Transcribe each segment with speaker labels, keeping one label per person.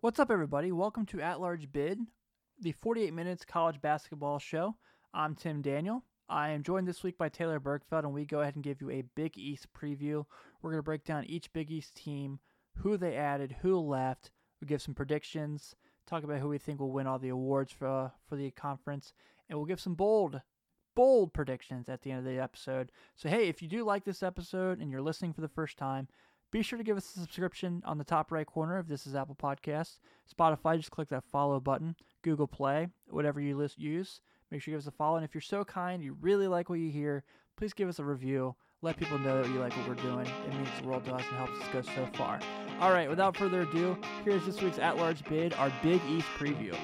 Speaker 1: What's up, everybody? Welcome to At Large Bid, the 48 Minutes College Basketball Show. I'm Tim Daniel. I am joined this week by Taylor Bergfeld, and we go ahead and give you a Big East preview. We're going to break down each Big East team, who they added, who left. We give some predictions, talk about who we think will win all the awards for uh, for the conference, and we'll give some bold bold predictions at the end of the episode. So, hey, if you do like this episode and you're listening for the first time, be sure to give us a subscription on the top right corner if this is Apple Podcasts. Spotify, just click that follow button. Google Play, whatever you list, use, make sure you give us a follow. And if you're so kind, you really like what you hear, please give us a review. Let people know that you like what we're doing. It means the world to us and helps us go so far. All right, without further ado, here's this week's at large bid, our Big East preview.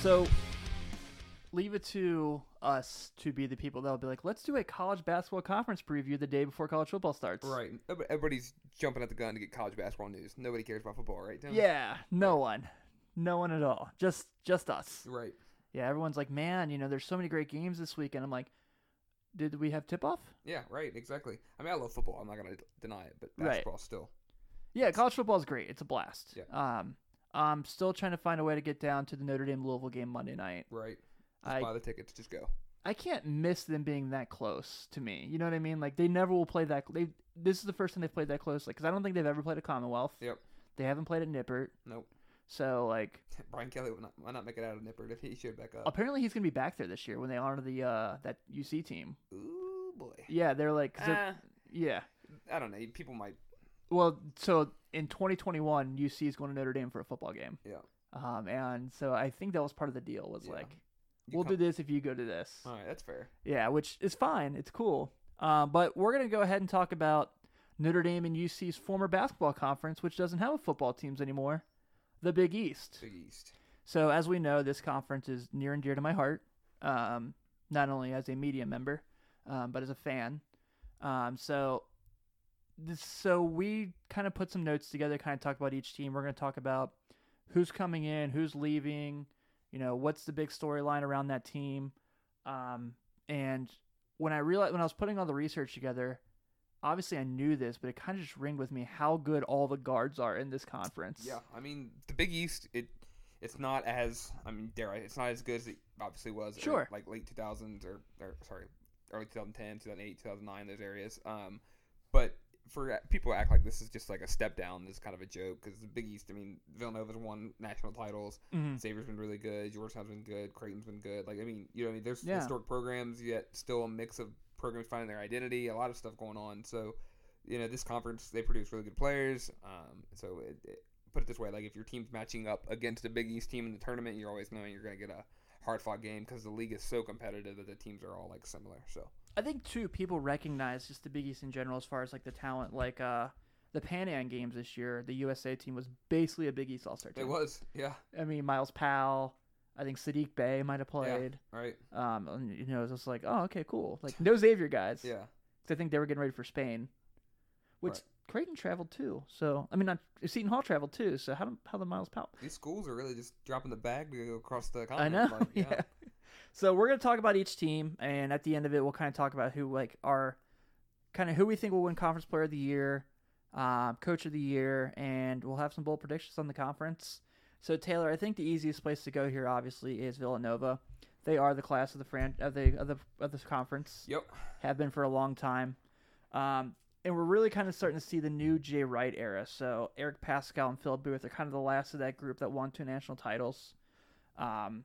Speaker 1: So leave it to us to be the people that'll be like, let's do a college basketball conference preview the day before college football starts.
Speaker 2: Right. Ev- Everybody's jumping at the gun to get college basketball news. Nobody cares about football, right? Tim?
Speaker 1: Yeah, no one. No one at all. Just just us.
Speaker 2: Right.
Speaker 1: Yeah, everyone's like, "Man, you know, there's so many great games this week." And I'm like, "Did we have tip-off?"
Speaker 2: Yeah, right. Exactly. I mean, I love football. I'm not going to deny it, but
Speaker 1: Right.
Speaker 2: basketball still.
Speaker 1: Yeah, college football is great. It's a blast.
Speaker 2: Yeah.
Speaker 1: Um I'm still trying to find a way to get down to the Notre Dame Louisville game Monday night.
Speaker 2: Right. Just
Speaker 1: I
Speaker 2: buy the tickets. Just go.
Speaker 1: I can't miss them being that close to me. You know what I mean? Like they never will play that. They this is the first time they've played that close. Like because I don't think they've ever played a Commonwealth.
Speaker 2: Yep.
Speaker 1: They haven't played at Nippert.
Speaker 2: Nope.
Speaker 1: So like
Speaker 2: Brian Kelly would not, might not make it out of Nippert if he showed back up.
Speaker 1: apparently he's gonna be back there this year when they honor the uh that UC team.
Speaker 2: Ooh, boy.
Speaker 1: Yeah, they're like 'cause they're,
Speaker 2: Ah,
Speaker 1: yeah.
Speaker 2: I don't know. People might.
Speaker 1: Well, so in 2021, UC is going to Notre Dame for a football game.
Speaker 2: Yeah.
Speaker 1: Um, and so I think that was part of the deal was
Speaker 2: Yeah.
Speaker 1: like
Speaker 2: you
Speaker 1: we'll do
Speaker 2: come-
Speaker 1: this if you go to this.
Speaker 2: All right. That's fair.
Speaker 1: Yeah, which is fine. It's cool. Um, but we're going to go ahead and talk about Notre Dame and UC's former basketball conference, which doesn't have football teams anymore, the Big East.
Speaker 2: Big East.
Speaker 1: So, as we know, this conference is near and dear to my heart, um, not only as a media member, um, but as a fan. Um, so, this, so we kind of put some notes together, kind of talk about each team. We're going to talk about who's coming in, who's leaving, you know, what's the big storyline around that team. Um, and when I realized when I was putting all the research together, obviously I knew this, but it kind of just ringed with me how good all the guards are in this conference.
Speaker 2: Yeah. I mean, the Big East. It. It's not as. I mean, dare I? It's not as good as it obviously was. in,
Speaker 1: Sure.
Speaker 2: like late 2000s or, or sorry, early 2010, 2008, 2009, those areas. Um, but for uh, people who act like this is just like a step down, this is kind of a joke because the Big East. I mean, Villanova's won national titles.
Speaker 1: Mhm.
Speaker 2: Xavier's been really good. Georgetown's been good. Creighton's been good. Like I mean, you know, what I mean, there's
Speaker 1: Yeah.
Speaker 2: historic programs, yet still a mix of programs finding their identity. A lot of stuff going on. So, you know, this conference they produce really good players. Um, so it, it, put it this way, like if your team's matching up against a Big East team in the tournament, you're always knowing you're going to get a hard fought game because the league is so competitive that the teams are all like similar. So
Speaker 1: I think too people recognize just the Big East in general as far as like the talent. Like uh the Pan Am games this year, the USA team was basically a Big East All Star
Speaker 2: it
Speaker 1: team.
Speaker 2: was, yeah,
Speaker 1: I mean Miles Powell, I think Sadiq Bay might have played.
Speaker 2: right,
Speaker 1: Um, and, you know, it was just like, oh, okay, cool. Like no Xavier guys.
Speaker 2: yeah,
Speaker 1: 'Cause I think they were getting ready for Spain, which
Speaker 2: Right.
Speaker 1: Creighton traveled too. So I mean, not Seton Hall traveled too. So how do, how the Miles Powell?
Speaker 2: these schools are really just dropping the bag to go across the
Speaker 1: I
Speaker 2: continent.
Speaker 1: know.
Speaker 2: like,
Speaker 1: yeah. So we're gonna talk about each team, and at the end of it, we'll kind of talk about who like our kind of who we think will win Conference Player of the Year, um, Coach of the Year, and we'll have some bold predictions on the conference. So Taylor, I think the easiest place to go here, obviously, is Villanova. They are the class of the fran- of the of the of this conference,
Speaker 2: Yep.
Speaker 1: have been for a long time, um, and we're really kind of starting to see the new Jay Wright era. So Eric Pascal and Phil Booth are kind of the last of that group that won two national titles. Um,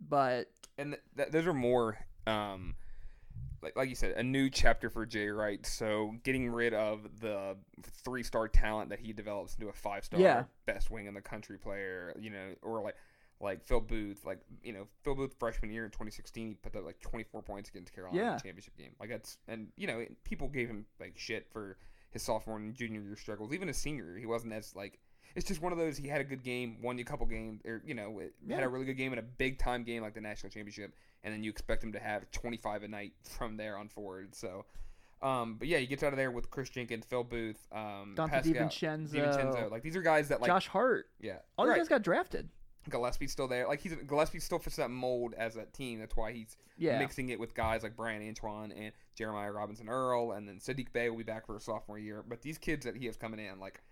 Speaker 1: but
Speaker 2: and th- th- those are more um like, like you said a new chapter for jay wright so getting rid of the three star talent that he develops into a five star
Speaker 1: Yeah.
Speaker 2: best wing in the country player you know or like like Phil Booth, like you know, Phil Booth freshman year in 2016, he put up like 24 points against Carolina in
Speaker 1: Yeah.
Speaker 2: the championship game. Like that's and you know, people gave him like shit for his sophomore and junior year struggles. Even his senior, year, he wasn't as like it's just one of those. He had a good game, won you a couple games, or you know, it- had
Speaker 1: Yeah.
Speaker 2: a really good game in a big time game like the national championship, and then you expect him to have 25 a night from there on forward. So, um, but yeah, he gets out of there with Chris Jenkins, Phil Booth, um,
Speaker 1: Dante
Speaker 2: Pascal,
Speaker 1: DiVincenzo,
Speaker 2: DiVincenzo. Like these are guys that like
Speaker 1: Josh Hart.
Speaker 2: yeah,
Speaker 1: All
Speaker 2: right.
Speaker 1: these guys got drafted.
Speaker 2: Gillespie's still there. Like he's Gillespie still fits that mold as that team. That's why he's
Speaker 1: Yeah.
Speaker 2: mixing it with guys like Brian Antoine and Jeremiah Robinson Earl, and then Sadiq Bay will be back for his sophomore year. But these kids that he has coming in, like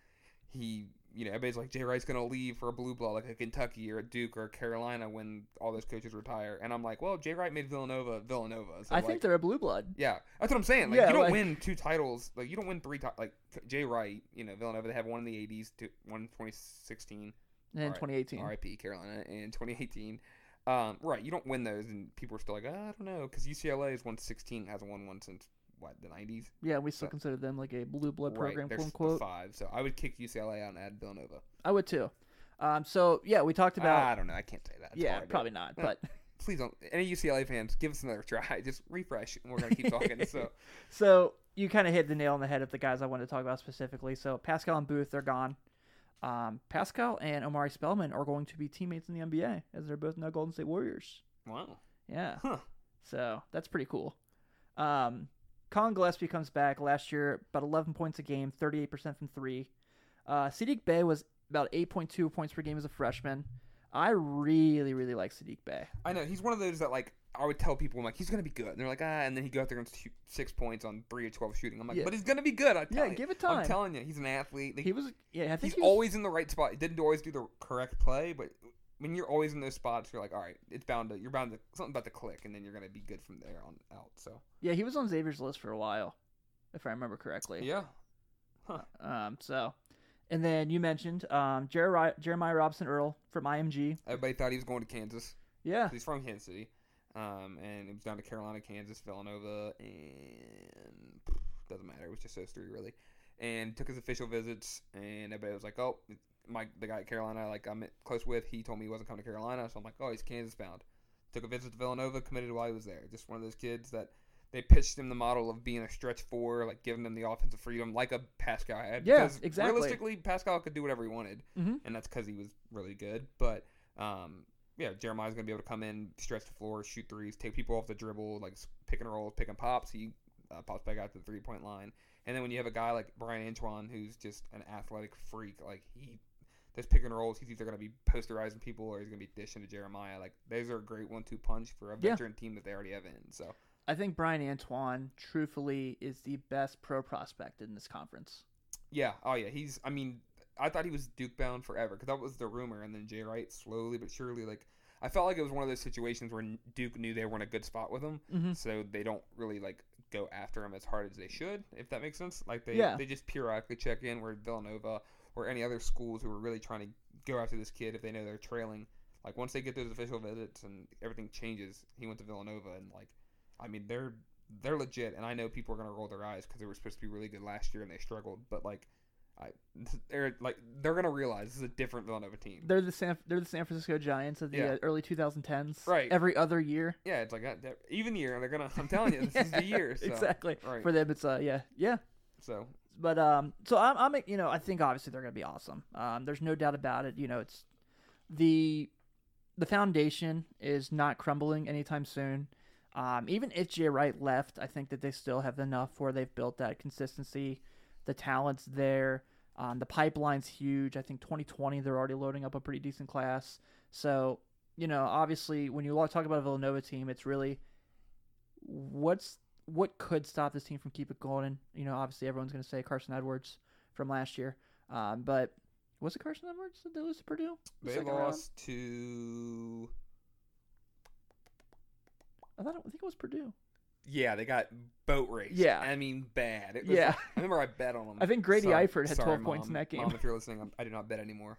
Speaker 2: he, you know, everybody's like Jay Wright's going to leave for a blue blood, like a Kentucky or a Duke or a Carolina when all those coaches retire. And I'm like, well, Jay Wright made Villanova, Villanova. So
Speaker 1: I
Speaker 2: like,
Speaker 1: think they're a blue blood.
Speaker 2: yeah, that's what I'm saying. Like
Speaker 1: Yeah,
Speaker 2: you don't
Speaker 1: like-
Speaker 2: win two titles, like you don't win three. Ti- like Jay Wright, you know, Villanova they have one in the '80s, two, one in 2016.
Speaker 1: And in
Speaker 2: Alright.
Speaker 1: 2018.
Speaker 2: RIP Carolina in 2018. Um, right, you don't win those, and people are still like, "Ah, I don't know, because UCLA has won 16, hasn't won one since what the 90s.
Speaker 1: Yeah, we still
Speaker 2: So-
Speaker 1: consider them like a blue blood
Speaker 2: right,
Speaker 1: program,
Speaker 2: they're
Speaker 1: quote
Speaker 2: f-
Speaker 1: unquote.
Speaker 2: five. So I would kick UCLA out and add Villanova.
Speaker 1: I would too. Um, so yeah, we talked about.
Speaker 2: I don't know, I can't say that. It's
Speaker 1: yeah,
Speaker 2: horrible.
Speaker 1: probably not.
Speaker 2: Yeah.
Speaker 1: But
Speaker 2: Please don't. Any UCLA fans, give us another try. Just refresh, and we're gonna keep talking. so
Speaker 1: so you kind of hit the nail on the head of the guys I wanted to talk about specifically. So Pascal and Booth, they're gone. Um, Pascal and Omari Spellman are going to be teammates in the NBA as they're both now Golden State Warriors.
Speaker 2: wow,
Speaker 1: Yeah.
Speaker 2: huh?
Speaker 1: So that's pretty cool. Um, Colin Gillespie comes back last year, about 11 points a game, 38% from three. Uh, Sadiq Bay was about 8.2 points per game as a freshman. I really, really like Sadiq Bay.
Speaker 2: I know he's one of those that like I would tell people I'm like he's gonna be good, and they're like ah, and then he go out there and shoot six points on three or twelve shooting. I'm like,
Speaker 1: Yeah.
Speaker 2: but he's gonna be good. I
Speaker 1: Yeah,
Speaker 2: tell you.
Speaker 1: give it
Speaker 2: I'm
Speaker 1: time.
Speaker 2: telling you, he's an athlete. Like,
Speaker 1: He was, yeah, I think
Speaker 2: he's
Speaker 1: he was,
Speaker 2: always in the right spot. He didn't always do the correct play, but when you're always in those spots, you're like, all right, it's bound to you're bound to something about to click, and then you're gonna be good from there on out. So
Speaker 1: yeah, he was on Xavier's list for a while, if I remember correctly.
Speaker 2: yeah,
Speaker 1: Um, so, and then you mentioned um, Jeremiah, Jeremiah Robson Earl from IMG.
Speaker 2: everybody thought he was going to Kansas.
Speaker 1: Yeah,
Speaker 2: He's from Kansas City, um, and it was down to Carolina, Kansas, Villanova, and doesn't matter. It was just those three really. And took his official visits, and everybody was like, "Oh, my the guy at Carolina, like I'm close with, he told me he wasn't coming to Carolina, so I'm like, oh, he's Kansas bound." Took a visit to Villanova, committed while he was there. Just one of those kids that they pitched him the model of being a stretch four, like giving him the offensive freedom, like a Pascal had.
Speaker 1: Yeah,
Speaker 2: Because
Speaker 1: exactly.
Speaker 2: Realistically, Pascal could do whatever he wanted,
Speaker 1: Mhm.
Speaker 2: and that's because he was really good. But um, yeah, Jeremiah's gonna be able to come in, stretch the floor, shoot threes, take people off the dribble, like s- pick and roll, pick and pops. He uh, pops back out to the three point line, and then when you have a guy like Brian Antoine, who's just an athletic freak, like he those pick and rolls, he's either gonna be posterizing people or he's gonna be dishing to Jeremiah. Like those are a great one two punch for a
Speaker 1: Yeah.
Speaker 2: veteran team that they already have in. So
Speaker 1: I think Brian Antoine, truthfully, is the best pro prospect in this conference.
Speaker 2: yeah, oh yeah, he's. I mean, I thought he was Duke bound forever because that was the rumor, and then Jay Wright slowly but surely like. I felt like it was one of those situations where Duke knew they were in a good spot with him,
Speaker 1: Mm-hmm.
Speaker 2: so they don't really like go after him as hard as they should, if that makes sense. Like they
Speaker 1: Yeah.
Speaker 2: they just periodically check in where Villanova or any other schools who are really trying to go after this kid if they know they're trailing. Like once they get those official visits and everything changes, he went to Villanova and like, I mean they're they're legit, and I know people are gonna roll their eyes because they were supposed to be really good last year and they struggled, but like. I, they're like they're gonna realize this is a different Villanova team.
Speaker 1: They're the San they're the San Francisco Giants of the
Speaker 2: Yeah.
Speaker 1: uh, early 2010s.
Speaker 2: Right.
Speaker 1: Every other year.
Speaker 2: Yeah, it's like that, that, even year they're gonna. I'm telling you, this is the year. So,
Speaker 1: Exactly.
Speaker 2: Right.
Speaker 1: For them, it's uh yeah yeah.
Speaker 2: So
Speaker 1: But um, so I'm I'm you know I think obviously they're gonna be awesome. Um, there's no doubt about it. You know it's the the foundation is not crumbling anytime soon. Um, even if Jay Wright left, I think that they still have enough where they've built that consistency. The talent's there. Um, the pipeline's huge. I think 2020 they're already loading up a pretty decent class. So you know obviously when you lo- talk about a Villanova team, it's really what's what could stop this team from keep it going? You know obviously everyone's going to say Carson Edwards from last year, um, but was it Carson Edwards? Did they lose to Purdue? The
Speaker 2: They
Speaker 1: second round?
Speaker 2: lost to.
Speaker 1: I thought it, I think it was Purdue.
Speaker 2: Yeah, they got boat raced.
Speaker 1: Yeah.
Speaker 2: I mean, bad. It was
Speaker 1: Yeah.
Speaker 2: I remember I bet on them.
Speaker 1: I think Grady
Speaker 2: Sorry-
Speaker 1: Eifert had
Speaker 2: sorry,
Speaker 1: 12 points in
Speaker 2: Mom.
Speaker 1: that game.
Speaker 2: Mom, if you're listening, I'm, I do not bet anymore.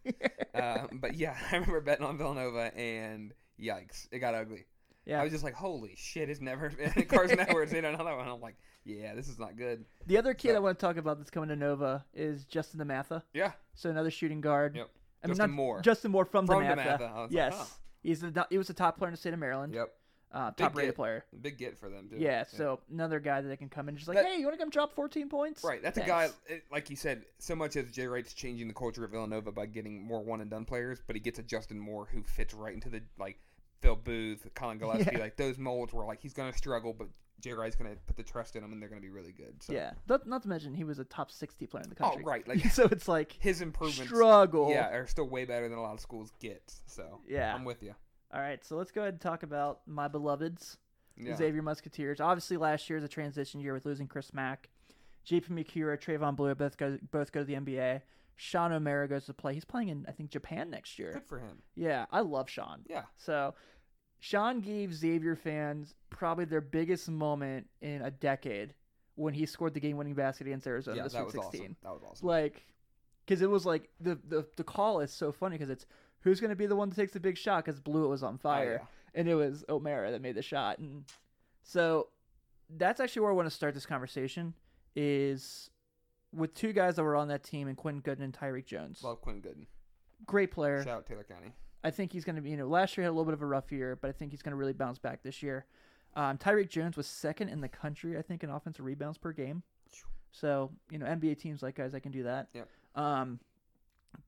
Speaker 2: um, but yeah, I remember betting on Villanova, and yikes, it got ugly.
Speaker 1: Yeah.
Speaker 2: I was just like, holy shit, it's never Carson Edwards hit another one. I'm like, yeah, this is not good.
Speaker 1: The other kid
Speaker 2: So-
Speaker 1: I want to talk about that's coming to Nova is Justin Dematha.
Speaker 2: Yeah,
Speaker 1: So another shooting guard.
Speaker 2: Yep.
Speaker 1: I mean,
Speaker 2: Justin
Speaker 1: not-
Speaker 2: Moore.
Speaker 1: Justin Moore from,
Speaker 2: From
Speaker 1: Dematha.
Speaker 2: DeMatha. I was like,
Speaker 1: uh, Yes.
Speaker 2: huh.
Speaker 1: He's the, he was the top player in the state of Maryland.
Speaker 2: yep,
Speaker 1: Uh, top rated
Speaker 2: get.
Speaker 1: player.
Speaker 2: big get for them. Too.
Speaker 1: Yeah, so another guy that they can come in and just like,
Speaker 2: That-
Speaker 1: hey, you want to come drop 14 points?
Speaker 2: Right, that's a
Speaker 1: Thanks.
Speaker 2: guy. It, like you said, so much as Jay Wright's changing the culture of Villanova by getting more one and done players, but he gets a Justin Moore who fits right into the like Phil Booth, Colin Gillespie,
Speaker 1: Yeah.
Speaker 2: like those molds where like he's gonna struggle, but Jay Wright's going to put the trust in them, and they're going to be really good. So.
Speaker 1: Yeah. Not, not to mention he was a top 60 player in the
Speaker 2: Oh,
Speaker 1: country.
Speaker 2: right. Like
Speaker 1: so it's like
Speaker 2: his improvements,
Speaker 1: struggle.
Speaker 2: yeah, are still way better than a lot of schools get. So
Speaker 1: Yeah.
Speaker 2: I'm with you.
Speaker 1: All right. So let's go ahead and talk about my beloveds,
Speaker 2: Yeah.
Speaker 1: Xavier Musketeers. Obviously, last year is a transition year with losing Chris Mack. JP Mikura, Trayvon Blue both go both go to the NBA. Sean O'Mara goes to play. He's playing in I think Japan next year.
Speaker 2: Good for him.
Speaker 1: Yeah, I love Sean.
Speaker 2: Yeah.
Speaker 1: So Sean gave Xavier fans probably their biggest moment in a decade when he scored the game winning basket against Arizona
Speaker 2: yeah,
Speaker 1: this
Speaker 2: that
Speaker 1: week
Speaker 2: was
Speaker 1: 16.
Speaker 2: awesome. That was awesome.
Speaker 1: Like, because it was like the, the the call is so funny because it's who's going to be the one that takes the big shot because Blue was on
Speaker 2: Oh,
Speaker 1: fire and it was O'Mara that made the shot and so that's actually where I want to start this conversation is with two guys that were on that team and Quentin Gooden and Tyreek Jones.
Speaker 2: yeah. Love Quinn Gooden.
Speaker 1: Great player.
Speaker 2: Shout out Taylor County.
Speaker 1: I think he's going to be, you know, last year had a little bit of a rough year, but I think he's going to really bounce back this year. Um, Tyreek Jones was second in the country, I think, in offensive rebounds per game. So, you know, NBA teams like guys that can do that.
Speaker 2: Yep.
Speaker 1: Um,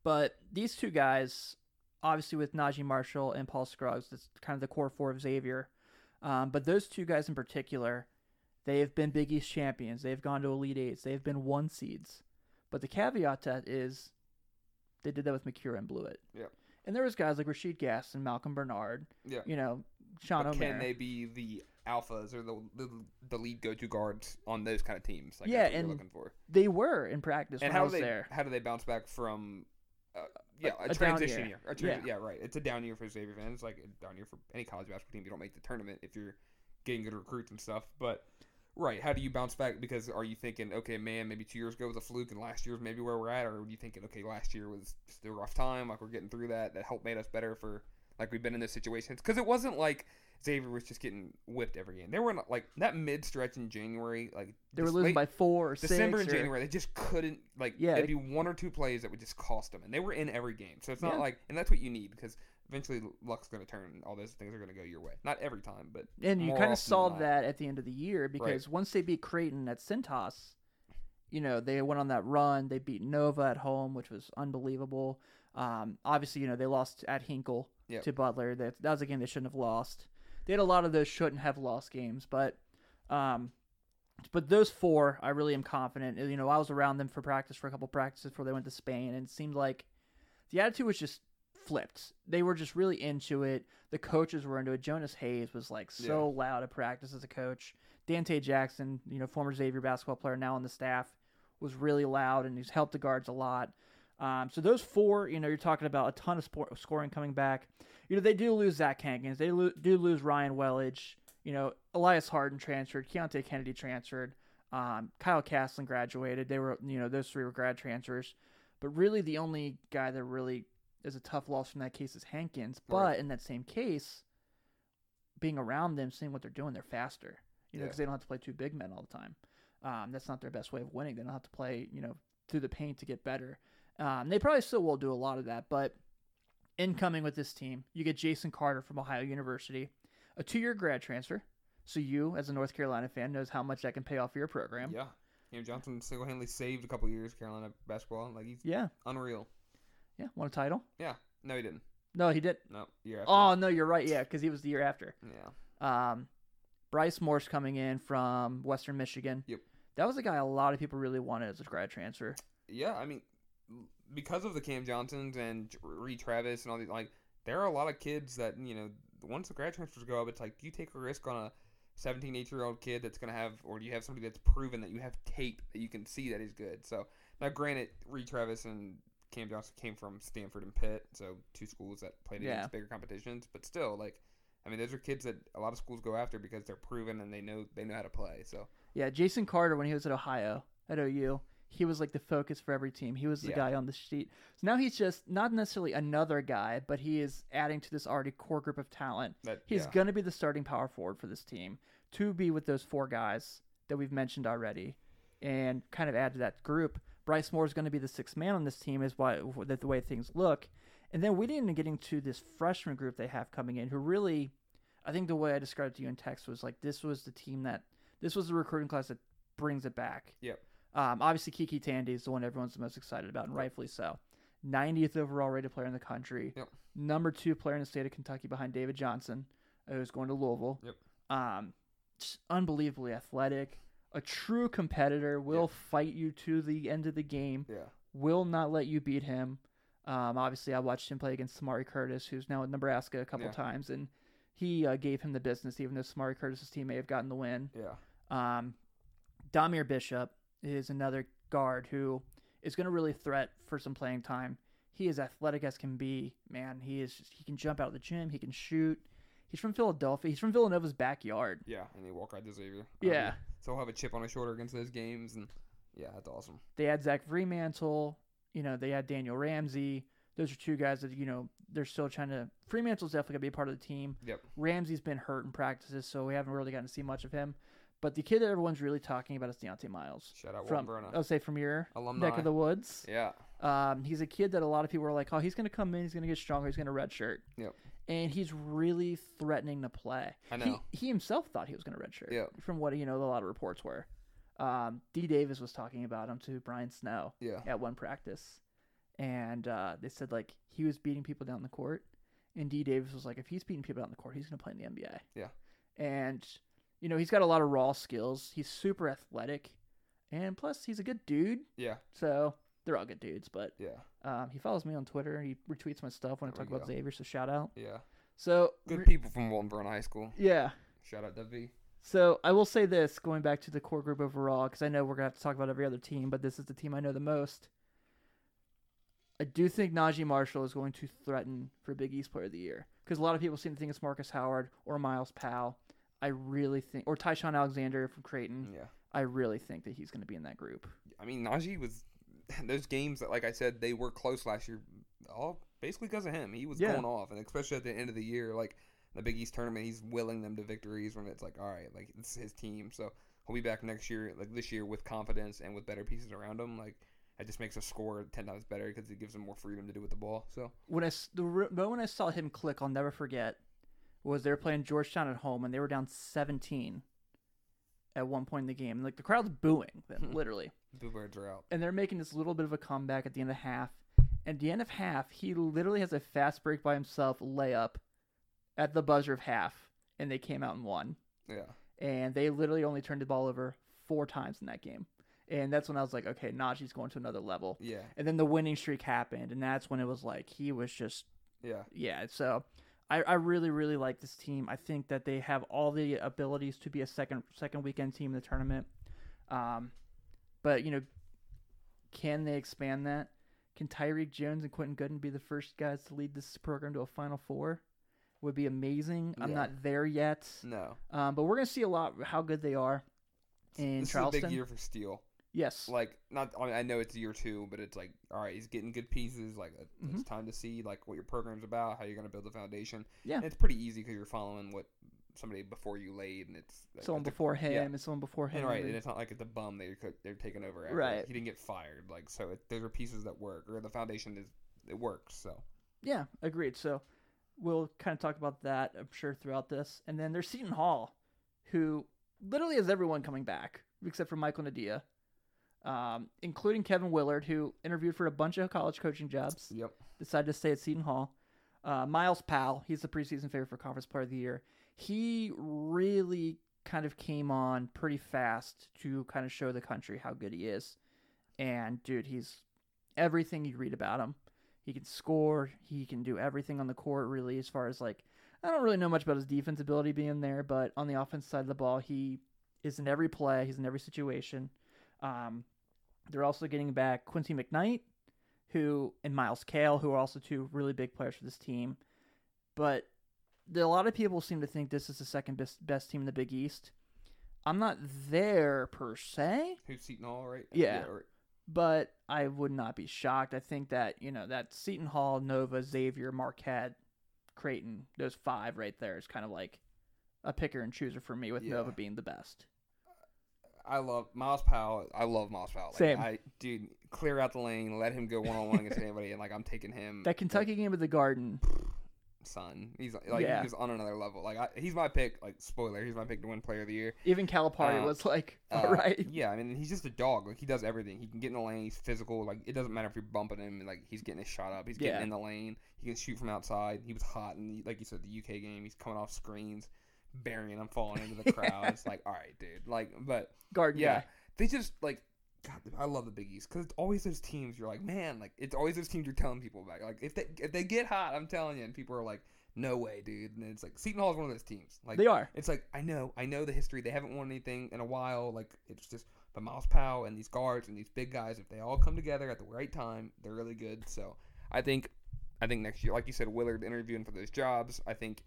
Speaker 1: but these two guys, obviously with Najee Marshall and Paul Scruggs, that's kind of the core four of Xavier. Um, but those two guys in particular, they have been Big East champions. They've gone to Elite Eights. They've been one seeds. But the caveat to that is they did that with McCure and blew it.
Speaker 2: Yep.
Speaker 1: And there was guys like Rashid Gas and Malcolm Bernard,
Speaker 2: Yeah.
Speaker 1: you know, Sean
Speaker 2: But
Speaker 1: O'Mara.
Speaker 2: can they be the alphas or the the, the lead go to guards on those kind of teams? Like,
Speaker 1: Yeah,
Speaker 2: that's what
Speaker 1: and
Speaker 2: you're looking for.
Speaker 1: They were in practice
Speaker 2: And
Speaker 1: when I
Speaker 2: how
Speaker 1: was
Speaker 2: do they
Speaker 1: there.
Speaker 2: how do they bounce back from? Uh, yeah,
Speaker 1: A-
Speaker 2: a,
Speaker 1: a down
Speaker 2: transition
Speaker 1: year.
Speaker 2: year. A trans-
Speaker 1: Yeah.
Speaker 2: yeah. right. It's a down year for Xavier fans. It's like a down year for any college basketball team. You don't make the tournament if you're getting good recruits and stuff. But right, how do you bounce back? Because are you thinking, okay, man, maybe two years ago was a fluke, and last year's maybe where we're at, or are you thinking, okay, last year was just a rough time, like we're getting through that. That help made us better for like we've been in those situations. Because it wasn't like Xavier was just getting whipped every game. They were not, like that mid stretch in January, like
Speaker 1: They were
Speaker 2: this
Speaker 1: losing
Speaker 2: late-
Speaker 1: by four or
Speaker 2: December
Speaker 1: six.
Speaker 2: and
Speaker 1: or-
Speaker 2: January, they just couldn't like.
Speaker 1: Yeah,
Speaker 2: Yeah,
Speaker 1: they-
Speaker 2: it'd be one or two plays that would just cost them, and they were in every game. So it's not
Speaker 1: Yeah.
Speaker 2: like, and that's what you need because eventually luck's going to turn, and all those things are going to go your way. Not every time, but
Speaker 1: And you
Speaker 2: more
Speaker 1: kind
Speaker 2: often
Speaker 1: of saw
Speaker 2: than not.
Speaker 1: that at the end of the year because once they beat Creighton at Centos, you know, they went on that run. They beat Nova at home, which was unbelievable. Um, obviously, you know, they lost at Hinkle
Speaker 2: Yep.
Speaker 1: to Butler. That, that was a game they shouldn't have lost. They had a lot of those shouldn't have lost games, but um, but those four, I really am confident. You know, I was around them for practice for a couple practices before they went to Spain, and it seemed like the attitude was just flipped. They were just really into it. The coaches were into it. Jonas Hayes was like so loud at practice as a coach. Dante Jackson, you know, former Xavier basketball player, now on the staff, was really loud and he's helped the guards a lot. Um, so those four, you know, you're talking about a ton of sport, scoring coming back. You know, they do lose Zach Hankins. They lo- do lose Ryan Wellage. You know, Elias Harden transferred. Keontae Kennedy transferred. Um, Kyle Castlin graduated. They were, you know, those three were grad transfers. But really, the only guy that really is a tough loss from that case is Hankins. But
Speaker 2: Right.
Speaker 1: in that same case, being around them, seeing what they're doing, they're faster. You know,
Speaker 2: Yeah.
Speaker 1: because they don't have to play two big men all the time. Um, that's not their best way of winning. They don't have to play, you know, through the paint to get better. Um, they probably still will do a lot of that, but incoming with this team, you get Jason Carter from Ohio University, a two-year grad transfer. So you, as a North Carolina fan, knows how much that can pay off for your program.
Speaker 2: yeah, Cam Johnson single handedly saved a couple years Carolina basketball. Like he's
Speaker 1: Yeah,
Speaker 2: unreal.
Speaker 1: yeah, won a title.
Speaker 2: No, he didn't.
Speaker 1: No, he did.
Speaker 2: No, year after.
Speaker 1: Oh no, you're right. Yeah, because he was the year after.
Speaker 2: yeah,
Speaker 1: Um, Bryce Morse coming in from Western Michigan.
Speaker 2: Yep.
Speaker 1: That was a guy a lot of people really wanted as a grad transfer.
Speaker 2: yeah. I mean, because of the Cam Johnsons and Reed Travis and all these, like there are a lot of kids that you know. Once the grad transfers go up, it's like do you take a risk on a 17, 18 year old kid that's going to have, or do you have somebody that's proven that you have tape that you can see that is good? So now, granted, Reed Travis and Cam Johnson came from Stanford and Pitt, so two schools that played
Speaker 1: Yeah.
Speaker 2: against bigger competitions, but still, like, I mean, those are kids that a lot of schools go after because they're proven and they know they know how to play. So
Speaker 1: Yeah, Jason Carter when he was at Ohio at OU, he was like the focus for every team. He was the
Speaker 2: Yeah.
Speaker 1: guy on the sheet. So now he's just not necessarily another guy, but he is adding to this already core group of talent.
Speaker 2: that
Speaker 1: He's
Speaker 2: yeah.
Speaker 1: going to be the starting power forward for this team to be with those four guys that we've mentioned already and kind of add to that group. Bryce Moore is going to be the sixth man on this team, is why that the way things look. And then we didn't even get into this freshman group they have coming in, who really, I think the way I described it to you in text was like this was the team that this was the recruiting class that brings it back.
Speaker 2: Yep.
Speaker 1: Um, obviously, Kiki Tandy is the one everyone's the most excited about, and rightfully so. 90th overall rated player in the country.
Speaker 2: Yep.
Speaker 1: uh, Number two player in the state of Kentucky behind David Johnson, who's going to Louisville.
Speaker 2: Yep.
Speaker 1: Um, just unbelievably athletic, a true competitor, will fight you to the end of the game,
Speaker 2: Yeah.
Speaker 1: will not let you beat him. Um, obviously, I watched him play against Samari Curtis, who's now in Nebraska, a couple
Speaker 2: Yeah.
Speaker 1: times, and he uh, gave him the business, even though Samari Curtis's team may have gotten the win.
Speaker 2: Yeah.
Speaker 1: Um, Damir Bishop is another guard who is going to really threat for some playing time. He is athletic as can be, man. He is. He can jump out of the gym. He can shoot. He's from Philadelphia. He's from Villanova's backyard.
Speaker 2: Yeah. And they walk right to Xavier. Um,
Speaker 1: Yeah.
Speaker 2: So he'll have a chip on his shoulder against those games, and yeah, that's awesome.
Speaker 1: They had Zach Fremantle. You know, they had Daniel Ramsey. Those are two guys that you know they're still trying to. Fremantle's definitely going to be a part of the team.
Speaker 2: Yep.
Speaker 1: Ramsey's been hurt in practices, so we haven't really gotten to see much of him. But the kid that everyone's really talking about is Deontay Miles
Speaker 2: Shout out
Speaker 1: from,
Speaker 2: Walton Verna.
Speaker 1: I'll say, from your
Speaker 2: Alumni.
Speaker 1: neck of the woods.
Speaker 2: yeah.
Speaker 1: Um, he's a kid that a lot of people are like, oh, he's going to come in, he's going to get stronger, he's going to redshirt.
Speaker 2: Yep.
Speaker 1: And he's really threatening to play.
Speaker 2: I know.
Speaker 1: He, he himself thought he was going to redshirt.
Speaker 2: Yeah.
Speaker 1: From what you know, a lot of reports were. Um, D. Davis was talking about him to Brian Snow
Speaker 2: Yeah.
Speaker 1: at one practice, and uh, they said like he was beating people down the court, and D. Davis was like, if he's beating people down the court, he's going to play in the NBA.
Speaker 2: Yeah.
Speaker 1: And you know he's got a lot of raw skills. He's super athletic, and plus he's a good dude.
Speaker 2: Yeah.
Speaker 1: So they're all good dudes, but
Speaker 2: Yeah.
Speaker 1: um, he follows me on Twitter and he retweets my stuff when I
Speaker 2: There
Speaker 1: talk
Speaker 2: we
Speaker 1: about
Speaker 2: go.
Speaker 1: Xavier. So shout out.
Speaker 2: Yeah.
Speaker 1: So
Speaker 2: Good
Speaker 1: re-
Speaker 2: people from Walton Verna High School.
Speaker 1: yeah.
Speaker 2: Shout out W.
Speaker 1: So I will say this, going back to the core group overall, because I know we're gonna have to talk about every other team, but this is the team I know the most. I do think Najee Marshall is going to threaten for Big East Player of the Year because a lot of people seem to think it's Marcus Howard or Miles Powell. I really think, or Tyshawn Alexander from Creighton.
Speaker 2: Yeah.
Speaker 1: I really think that he's going to be in that group.
Speaker 2: I mean, Najee was those games that, like I said, they were close last year, all basically because of him. He was
Speaker 1: Yeah.
Speaker 2: going off, and especially at the end of the year, like the Big East tournament, he's willing them to victories when it's like, all right, like this is his team. So he'll be back next year, like this year, with confidence and with better pieces around him. Like it just makes us score ten times better because it gives him more freedom to do with the ball. So
Speaker 1: when I s- the re- moment I saw him click, I'll never forget. Was they were playing Georgetown at home and they were down 17 at one point in the game. Like the crowd's booing them, literally,
Speaker 2: Boo Birds are out.
Speaker 1: and they're making this little bit of a comeback at the end of half. And at the end of half, he literally has a fast break by himself layup at the buzzer of half, and they came out and won.
Speaker 2: Yeah,
Speaker 1: And they literally only turned the ball over four times in that game. And that's when I was like, okay, Najee's going to another level.
Speaker 2: yeah,
Speaker 1: And then the winning streak happened, and that's when it was like he was just
Speaker 2: yeah,
Speaker 1: yeah, so I, I really really like this team. I think that they have all the abilities to be a second second weekend team in the tournament. Um, but you know, can they expand that? Can Tyreek Jones and Quentin Gooden be the first guys to lead this program to a Final Four? Would be amazing. I'm
Speaker 2: Yeah.
Speaker 1: not there yet,
Speaker 2: no.
Speaker 1: um, but we're gonna see a lot how good they are in
Speaker 2: this
Speaker 1: Charleston.
Speaker 2: is a big year for Steele.
Speaker 1: Yes,
Speaker 2: like not I, mean, I know it's year two but it's like all right he's getting good pieces like it- it's
Speaker 1: Mhm.
Speaker 2: time to see like what your program's about how you're going to build the foundation
Speaker 1: Yeah.
Speaker 2: And it's pretty easy because you're following what somebody before you laid and it's like,
Speaker 1: someone
Speaker 2: it's a-
Speaker 1: before him
Speaker 2: yeah.
Speaker 1: and someone before him.
Speaker 2: and right and
Speaker 1: and-
Speaker 2: it's not like it's a bum that you're co- they're taking over after.
Speaker 1: Right.
Speaker 2: he didn't get fired like so it, those are pieces that work or the foundation is it works so
Speaker 1: Yeah, agreed. So we'll kind of talk about that, I'm sure, throughout this. And then there's Seton Hall, who literally has everyone coming back except for Michael Nadia, um, including Kevin Willard, who interviewed for a bunch of college coaching jobs,
Speaker 2: yep
Speaker 1: decided to stay at Seton Hall. Uh, Miles Powell, he's the preseason favorite for Conference Player of the Year. He really kind of came on pretty fast to kind of show the country how good he is. And dude, he's everything you read about him. He can score. He can do everything on the court, really, as far as like, I don't really know much about his defense ability being there, but on the offense side of the ball, he is in every play, he's in every situation. Um, they're also getting back Quincy McKnight, who, and Miles Kale, who are also two really big players for this team. But the, a lot of people seem to think this is the second best, best team in the Big East. I'm not there per se
Speaker 2: who's Seton Hall right
Speaker 1: Yeah.
Speaker 2: or-
Speaker 1: but I would not be shocked. I think that you know that Seton Hall, Nova, Xavier, Marquette, Creighton, those five right there is kind of like a picker and chooser for me, with
Speaker 2: Yeah.
Speaker 1: Nova being the best.
Speaker 2: I love Miles Powell. I love Miles Powell. Like,
Speaker 1: Same.
Speaker 2: I dude, clear out the lane, let him go one on one against anybody, and like I'm taking
Speaker 1: That
Speaker 2: him. Mm, like,
Speaker 1: Kentucky game at the Garden,
Speaker 2: son. He's like
Speaker 1: Yeah.
Speaker 2: he's on another level. Like I, he's my pick. Like spoiler, he's my pick to win Player of the Year.
Speaker 1: even Calipari
Speaker 2: Uh,
Speaker 1: was like,
Speaker 2: Uh,
Speaker 1: "All right,
Speaker 2: Yeah, I mean he's just a dog. Like he does everything. He can get in the lane. He's physical. Like it doesn't matter if you're bumping him. Like he's getting his shot up. He's getting
Speaker 1: Yeah.
Speaker 2: in the lane. He can shoot from outside. He was hot and like you said the UK game. He's coming off screens. burying them, falling into the crowd. It's like, all right, dude. Like, but
Speaker 1: Garden
Speaker 2: yeah,
Speaker 1: guy.
Speaker 2: they just like. God, I love the Big East because it's always those teams you're like, man, like it's always those teams you're telling people about. Like if they if they get hot, I'm telling you, and people are like, no way, dude. And it's like Seton Hall is one of those teams. Like
Speaker 1: they are.
Speaker 2: it's like I know, I know the history. They haven't won anything in a while. Like it's just, but Miles Powell and these guards and these big guys, if they all come together at the right time, they're really good. So I think, I think next year, like you said, Willard interviewing for those jobs. I think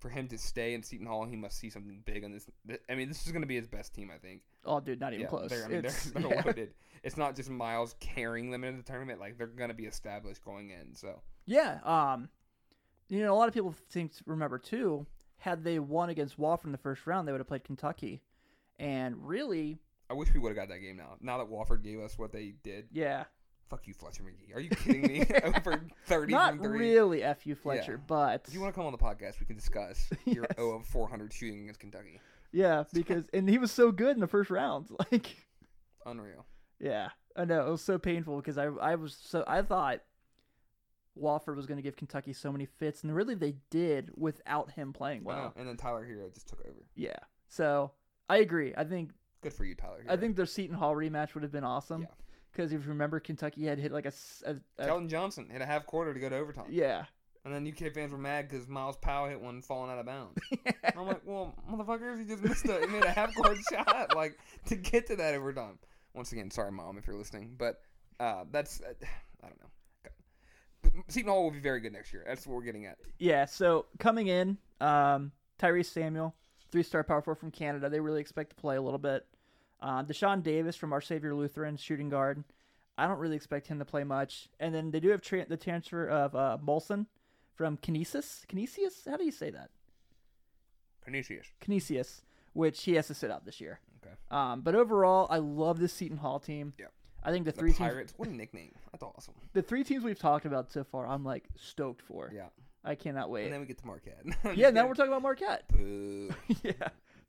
Speaker 2: for him to stay in Seton Hall, he must see something big on this. th- I mean, this is going to be his best team, I think.
Speaker 1: Oh, dude, not even close.
Speaker 2: They're, I mean,
Speaker 1: It's-
Speaker 2: they're, they're
Speaker 1: yeah.
Speaker 2: loaded. It's not just Miles carrying them into the tournament. Like they're going to be established going in. So
Speaker 1: Yeah. Um, you know, a lot of people think remember too. Had they won against Wofford in the first round, they would have played Kentucky, and really,
Speaker 2: I wish we would have got that game now. Now that Wofford gave us what they did,
Speaker 1: yeah,
Speaker 2: fuck you, Fletcher McGee. Are you kidding me? Over thirty
Speaker 1: not
Speaker 2: from three.
Speaker 1: really fu Fletcher,
Speaker 2: Yeah.
Speaker 1: but
Speaker 2: If you want to come on the podcast, we can discuss your
Speaker 1: Yes.
Speaker 2: 0 of 400 shooting against Kentucky.
Speaker 1: yeah, because and he was so good in the first round, like
Speaker 2: Unreal.
Speaker 1: yeah, I know it was so painful because I I was so I thought Wofford was going to give Kentucky so many fits, and really they did without him playing well.
Speaker 2: Wow. And then Tyler Hero just took over.
Speaker 1: Yeah, so I agree. I think
Speaker 2: Good for you, Tyler. Hero.
Speaker 1: I think their Seton Hall rematch would have been awesome
Speaker 2: Yeah.
Speaker 1: because if you remember, Kentucky had hit like a, s- a- a-
Speaker 2: Kelton Johnson hit a half quarter to go to overtime.
Speaker 1: yeah,
Speaker 2: And then UK fans were mad because Miles Powell hit one falling out of bounds. I'm like, well, motherfuckers, you just missed a, you made a half court shot like to get to that overtime. Once again, sorry, mom, if you're listening, but uh, that's uh, I don't know. God. Seton Hall will be very good next year. That's what we're getting at.
Speaker 1: yeah. So coming in, um, Tyrese Samuel, three-star power forward from Canada. They really expect to play a little bit. Uh, Deshaun Davis from Our Savior Lutheran shooting guard. I don't really expect him to play much. And then they do have tra- the transfer of uh, Molson from Kinesis. Kinesius? How do you say that?
Speaker 2: Canisius.
Speaker 1: Kinesius, which he has to sit out this year.
Speaker 2: Okay.
Speaker 1: Um, but overall, I love this Seton Hall team.
Speaker 2: Yep.
Speaker 1: I think the
Speaker 2: The
Speaker 1: three teams
Speaker 2: Pirates. What a nickname. That's awesome.
Speaker 1: the three teams we've talked about so far, I'm like stoked for.
Speaker 2: Yeah.
Speaker 1: I cannot wait.
Speaker 2: And then we get to Marquette.
Speaker 1: yeah, now we're talking about Marquette.
Speaker 2: Boo.
Speaker 1: yeah,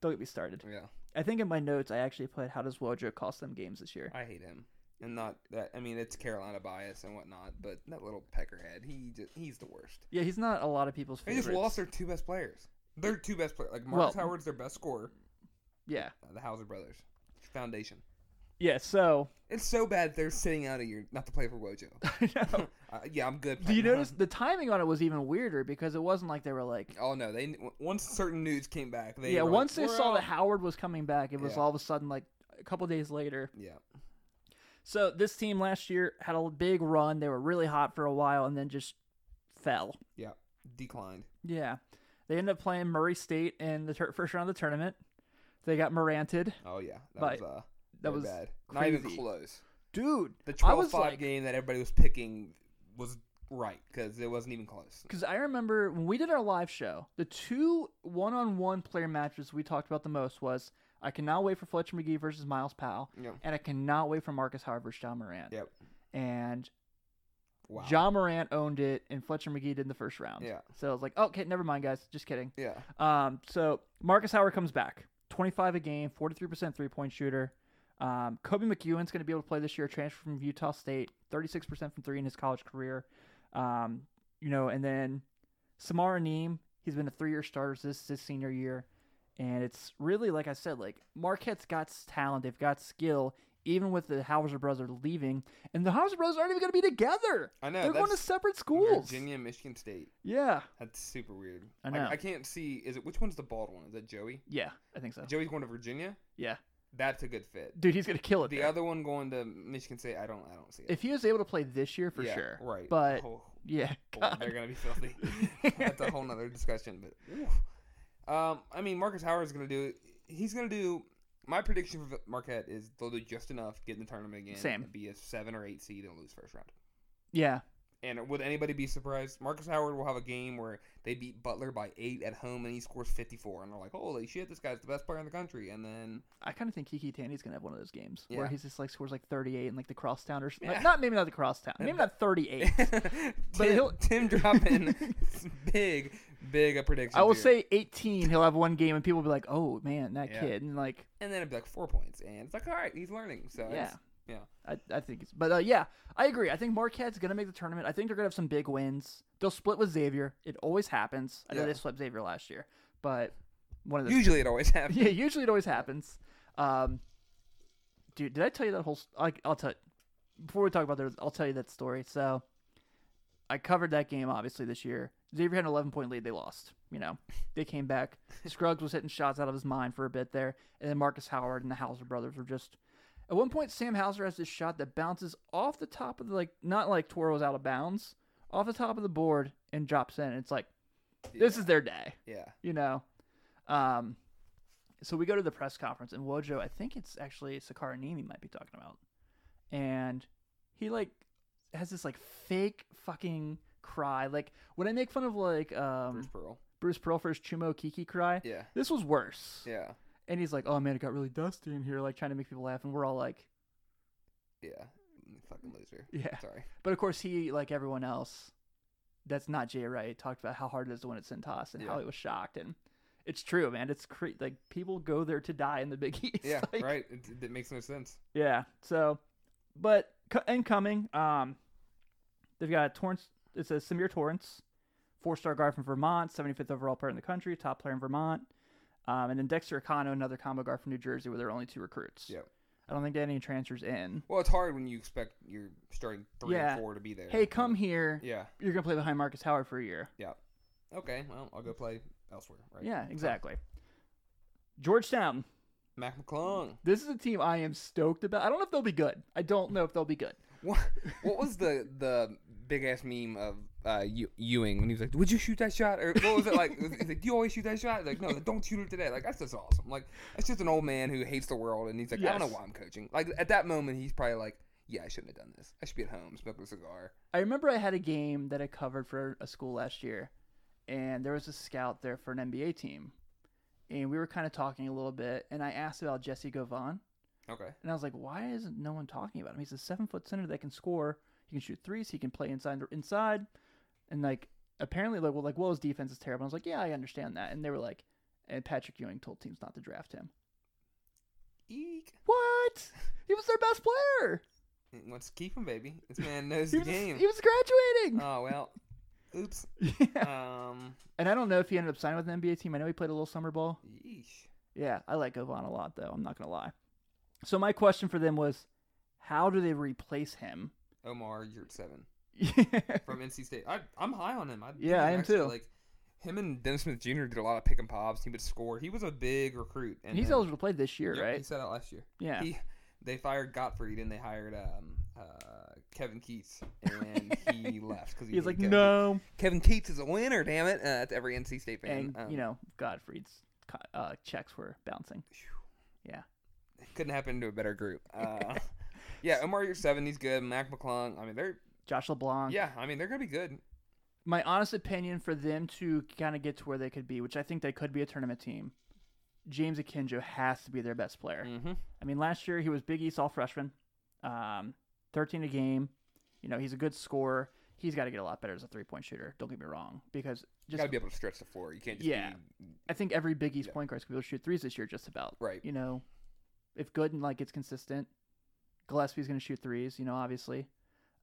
Speaker 1: don't get me started.
Speaker 2: Yeah,
Speaker 1: I think in my notes I actually put how does Wojo cost them games this year.
Speaker 2: I hate him, and not that. I mean, it's Carolina bias and whatnot, but that little peckerhead, he just, he's the worst.
Speaker 1: Yeah, he's not a lot of people's
Speaker 2: They
Speaker 1: favorites.
Speaker 2: just lost their two best players. Their two best players, like Marcus
Speaker 1: Well-
Speaker 2: Howard's their best scorer,
Speaker 1: yeah,
Speaker 2: uh, the Hauser brothers, foundation.
Speaker 1: yeah. So
Speaker 2: It's so bad they're sitting out a year not to play for Wojo.
Speaker 1: I know.
Speaker 2: uh, yeah, I'm good.
Speaker 1: Do you
Speaker 2: playing.
Speaker 1: notice the timing on it was even weirder because it wasn't like they were like.
Speaker 2: Oh no! They once certain news came back. They
Speaker 1: yeah,
Speaker 2: were like,
Speaker 1: once they
Speaker 2: "We're
Speaker 1: saw
Speaker 2: out."
Speaker 1: that Howard was coming back, it was
Speaker 2: Yeah.
Speaker 1: all of a sudden like a couple days later.
Speaker 2: Yeah,
Speaker 1: So this team last year had a big run. They were really hot for a while and then just fell.
Speaker 2: yeah, declined.
Speaker 1: Yeah. They ended up playing Murray State in the tur first round of the tournament. They got Moranted.
Speaker 2: Oh yeah, that
Speaker 1: But
Speaker 2: was uh,
Speaker 1: That
Speaker 2: really
Speaker 1: was,
Speaker 2: bad. Not even
Speaker 1: crazy.
Speaker 2: close.
Speaker 1: dude,
Speaker 2: The
Speaker 1: I
Speaker 2: 12
Speaker 1: was
Speaker 2: 5
Speaker 1: like-
Speaker 2: game that everybody was picking was right because it wasn't even close.
Speaker 1: because I remember when we did our live show, the two one on one player matches we talked about the most was I cannot wait for Fletcher McGee versus Miles Powell,
Speaker 2: Yeah.
Speaker 1: and I cannot wait for Marcus Howard versus John Morant.
Speaker 2: Yep.
Speaker 1: And
Speaker 2: Wow.
Speaker 1: John Morant owned it, and Fletcher McGee did in the first round.
Speaker 2: Yeah.
Speaker 1: So I was like, oh, okay, never mind, guys. Just kidding.
Speaker 2: Yeah.
Speaker 1: Um, so Marcus Howard comes back, 25 a game, 43% three point shooter. Um, Kobe McEwen's going to be able to play this year, transfer from Utah State, 36% from three in his college career. Um, you know, and then Samara Neem, he's been a three year starter this this senior year. And it's really, like I said, like Marquette's got s- talent, they've got skill, even with the Hauser brothers leaving. And the Hauser brothers aren't even going to be together.
Speaker 2: I know.
Speaker 1: They're going to
Speaker 2: that's
Speaker 1: separate schools.
Speaker 2: Virginia, Michigan State.
Speaker 1: Yeah.
Speaker 2: That's super weird.
Speaker 1: I
Speaker 2: Like,
Speaker 1: know.
Speaker 2: I can't see. Is it which one's the bald one? Is that Joey?
Speaker 1: Yeah, I think so.
Speaker 2: Joey's going to Virginia.
Speaker 1: Yeah.
Speaker 2: That's a good fit.
Speaker 1: Dude, he's going to kill it.
Speaker 2: The
Speaker 1: there.
Speaker 2: other one going to Michigan State. I don't. I don't see it.
Speaker 1: if he was able to play this year for
Speaker 2: Yeah,
Speaker 1: sure
Speaker 2: Right.
Speaker 1: but-
Speaker 2: Oh,
Speaker 1: yeah
Speaker 2: boy,
Speaker 1: God.
Speaker 2: they're gonna be filthy. That's a whole nother discussion. But oof. um, I mean, Marcus Howard's gonna do. He's gonna do. My prediction for Marquette is they'll do just enough, get in the tournament again,
Speaker 1: Same.
Speaker 2: and be a seven or eight seed and lose first round.
Speaker 1: yeah
Speaker 2: And would anybody be surprised? Marcus Howard will have a game where they beat Butler by eight at home and he scores 54. And they're like, holy shit, this guy's the best player in the country. And then,
Speaker 1: i kind of think kiki tandy's gonna have one of those games where
Speaker 2: Yeah.
Speaker 1: he's just like scores like 38 and like the crosstown or something
Speaker 2: Yeah.
Speaker 1: not maybe not the crosstown maybe not 38 But
Speaker 2: Tim,
Speaker 1: he'll-
Speaker 2: Tim dropping big, big a prediction.
Speaker 1: i will
Speaker 2: here.
Speaker 1: say 18 he'll have one game and people will be like oh man that
Speaker 2: Yeah.
Speaker 1: kid and like
Speaker 2: And then it'd be like four points. And it's like, all right, he's learning. So,
Speaker 1: yeah
Speaker 2: it's- yeah.
Speaker 1: I, I think it's but uh, yeah i agree i think marquette's gonna make the tournament i think they're gonna have some big wins they'll split with xavier it always happens i know
Speaker 2: Yeah.
Speaker 1: they swept xavier last year but One of the
Speaker 2: Usually it always happens.
Speaker 1: yeah, usually it always happens. Um, dude, did I tell you that whole? I, I'll tell. Before we talk about this, I'll tell you that story. So, I covered that game obviously this year. Xavier had an 11 point lead. They lost. You know, they came back. Scruggs was hitting shots out of his mind for a bit there, and then Marcus Howard and the Hauser brothers were just. At one point, Sam Hauser has this shot that bounces off the top of the like, not like Toro's out of bounds, off the top of the board and drops in. It's like, this is their day
Speaker 2: Yeah.
Speaker 1: you know. Um, so we go to the press conference, and Wojo, I think it's actually Sakara Nimi might be talking about, and he like has this like fake fucking cry, like when I make fun of like um,
Speaker 2: Bruce
Speaker 1: Bruce.
Speaker 2: Pearl.
Speaker 1: Pearl for his Chumo Kiki cry.
Speaker 2: Yeah.
Speaker 1: This was worse,
Speaker 2: Yeah.
Speaker 1: and he's like, "Oh man, it got really dusty in here," like trying to make people laugh, and we're all like,
Speaker 2: Yeah. Mm, Fucking loser.
Speaker 1: "Yeah."
Speaker 2: Sorry.
Speaker 1: But of course, he like everyone else, that's not Jay Wright. Talked about how hard it is to win at Centos and how
Speaker 2: Yeah.
Speaker 1: he was shocked, and it's true, man. It's cre- like people go there to die in the Big East.
Speaker 2: Yeah.
Speaker 1: like-
Speaker 2: right. It, it makes no sense.
Speaker 1: Yeah. So, but co- incoming, um, they've got Torrance. It says Samir Torrance, four-star guard from Vermont, 75th overall player in the country, top player in Vermont, um, and then Dexter Acano, another combo guard from New Jersey, were their only two recruits.
Speaker 2: Yep.
Speaker 1: I don't think they had any transfers in.
Speaker 2: Well, it's hard when you expect your starting three
Speaker 1: Yeah.
Speaker 2: and four to be there.
Speaker 1: Hey, come here.
Speaker 2: Yeah.
Speaker 1: You're gonna play behind Marcus Howard for a year.
Speaker 2: Okay. Well, I'll go play elsewhere. Right.
Speaker 1: Yeah, exactly. Georgetown.
Speaker 2: Mac McClung.
Speaker 1: This is a team I am stoked about. I don't know if they'll be good. I don't know if they'll be good.
Speaker 2: What, what was the the big ass meme of uh, Ew- Ewing when he was like, "Would you shoot that shot?" Or what was it like? He's like, "Do you always shoot that shot?" Like, no, don't shoot it today. Like, that's just awesome. Like, that's just an old man who hates the world, and he's like, "I
Speaker 1: Yes.
Speaker 2: don't know why I'm coaching." Like at that moment, he's probably like, "Yeah, I shouldn't have done this. I should be at home smoking a cigar."
Speaker 1: I remember I had a game that I covered for a school last year, and there was a scout there for an NBA team, and we were kind of talking a little bit, and I asked about Jesse Govan,
Speaker 2: Okay.
Speaker 1: and I was like, "Why isn't no one talking about him? He's a seven foot center that can score. He can shoot threes. He can play inside the inside, and like apparently like well like well his defense is terrible." And I was like, "Yeah, I understand that," and they were like, "And Patrick Ewing told teams not to draft him.
Speaker 2: Eek.
Speaker 1: What? He was their best player.
Speaker 2: Let's keep him, baby. This man knows
Speaker 1: He
Speaker 2: the
Speaker 1: was
Speaker 2: game.
Speaker 1: he was graduating."
Speaker 2: Oh well. Oops.
Speaker 1: yeah.
Speaker 2: Um.
Speaker 1: And I don't know if he ended up signing with an NBA team. I know he played a little summer ball.
Speaker 2: Yeesh.
Speaker 1: Yeah, I like Govan a lot, though. I'm not going to lie. So my question for them was, how do they replace him?
Speaker 2: Omar, you're at seven
Speaker 1: yeah,
Speaker 2: from NC State. I, I'm high on him. I,
Speaker 1: Yeah, I am
Speaker 2: actually,
Speaker 1: too.
Speaker 2: Like him and Dennis Smith Jr. did a lot of pick and pops. He would score. He was a big recruit. And
Speaker 1: he's
Speaker 2: then-
Speaker 1: eligible to play this year,
Speaker 2: Yep, He
Speaker 1: right?
Speaker 2: set out last year.
Speaker 1: Yeah.
Speaker 2: He, they fired Gottfried and they hired um, uh, Kevin Keats, and he left because he
Speaker 1: He's
Speaker 2: hated
Speaker 1: like,
Speaker 2: Kevin.
Speaker 1: no.
Speaker 2: Kevin Keats is a winner. Damn it! Uh, that's every NC State fan. um,
Speaker 1: And, you know, Godfrey's co- uh, checks were bouncing.
Speaker 2: couldn't happen to a better group. Uh, yeah, Omar, you're seven. He's good. Mac McClung. I mean, they're
Speaker 1: Josh LeBlanc.
Speaker 2: yeah. I mean, they're gonna be good.
Speaker 1: My honest opinion for them to kind of get to where they could be, which I think they could be a tournament team, James Akinjo has to be their best player.
Speaker 2: Mm-hmm.
Speaker 1: I mean, last year he was Big East all freshman, um, 13 a game. You know, he's a good scorer. He's got to get a lot better as a three point shooter. Don't get me wrong, because
Speaker 2: You
Speaker 1: just
Speaker 2: gotta be able to stretch the floor. You can't just
Speaker 1: Yeah.
Speaker 2: be
Speaker 1: I think every Big East
Speaker 2: Yeah.
Speaker 1: point guard is going to be able to shoot threes this year, just about.
Speaker 2: right.
Speaker 1: You know, if Gooden like gets consistent, Gillespie's going to shoot threes. You know, obviously.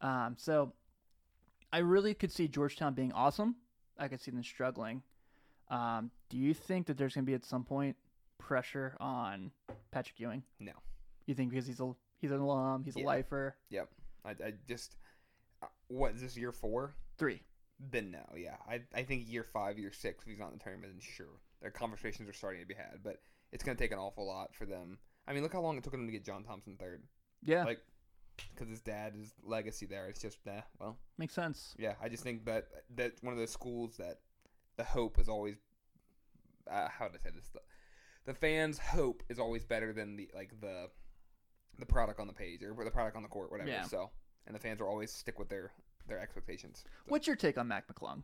Speaker 1: Um, so I really could see Georgetown being awesome. I could see them struggling. Um, do you think that there's going to be at some point pressure on Patrick Ewing?
Speaker 2: No.
Speaker 1: You think because he's a he's an alum, he's a
Speaker 2: Yeah.
Speaker 1: lifer.
Speaker 2: I, I just uh, what is this year four?
Speaker 1: Three.
Speaker 2: Then no, yeah. I, I think year five, year six, if he's not in the tournament, then sure. Their conversations are starting to be had, but it's gonna take an awful lot for them. I mean, look how long it took them to get John Thompson third,
Speaker 1: Yeah,
Speaker 2: Like- because his dad is legacy there. It's just nah. Well,
Speaker 1: makes sense.
Speaker 2: yeah. I just think that that one of those schools that the hope is always. Uh, how would I say this? The, the fans' hope is always better than the like the the product on the page or the product on the court, whatever.
Speaker 1: Yeah.
Speaker 2: So, and the fans will always stick with their their expectations.
Speaker 1: What's your take on Mac McClung?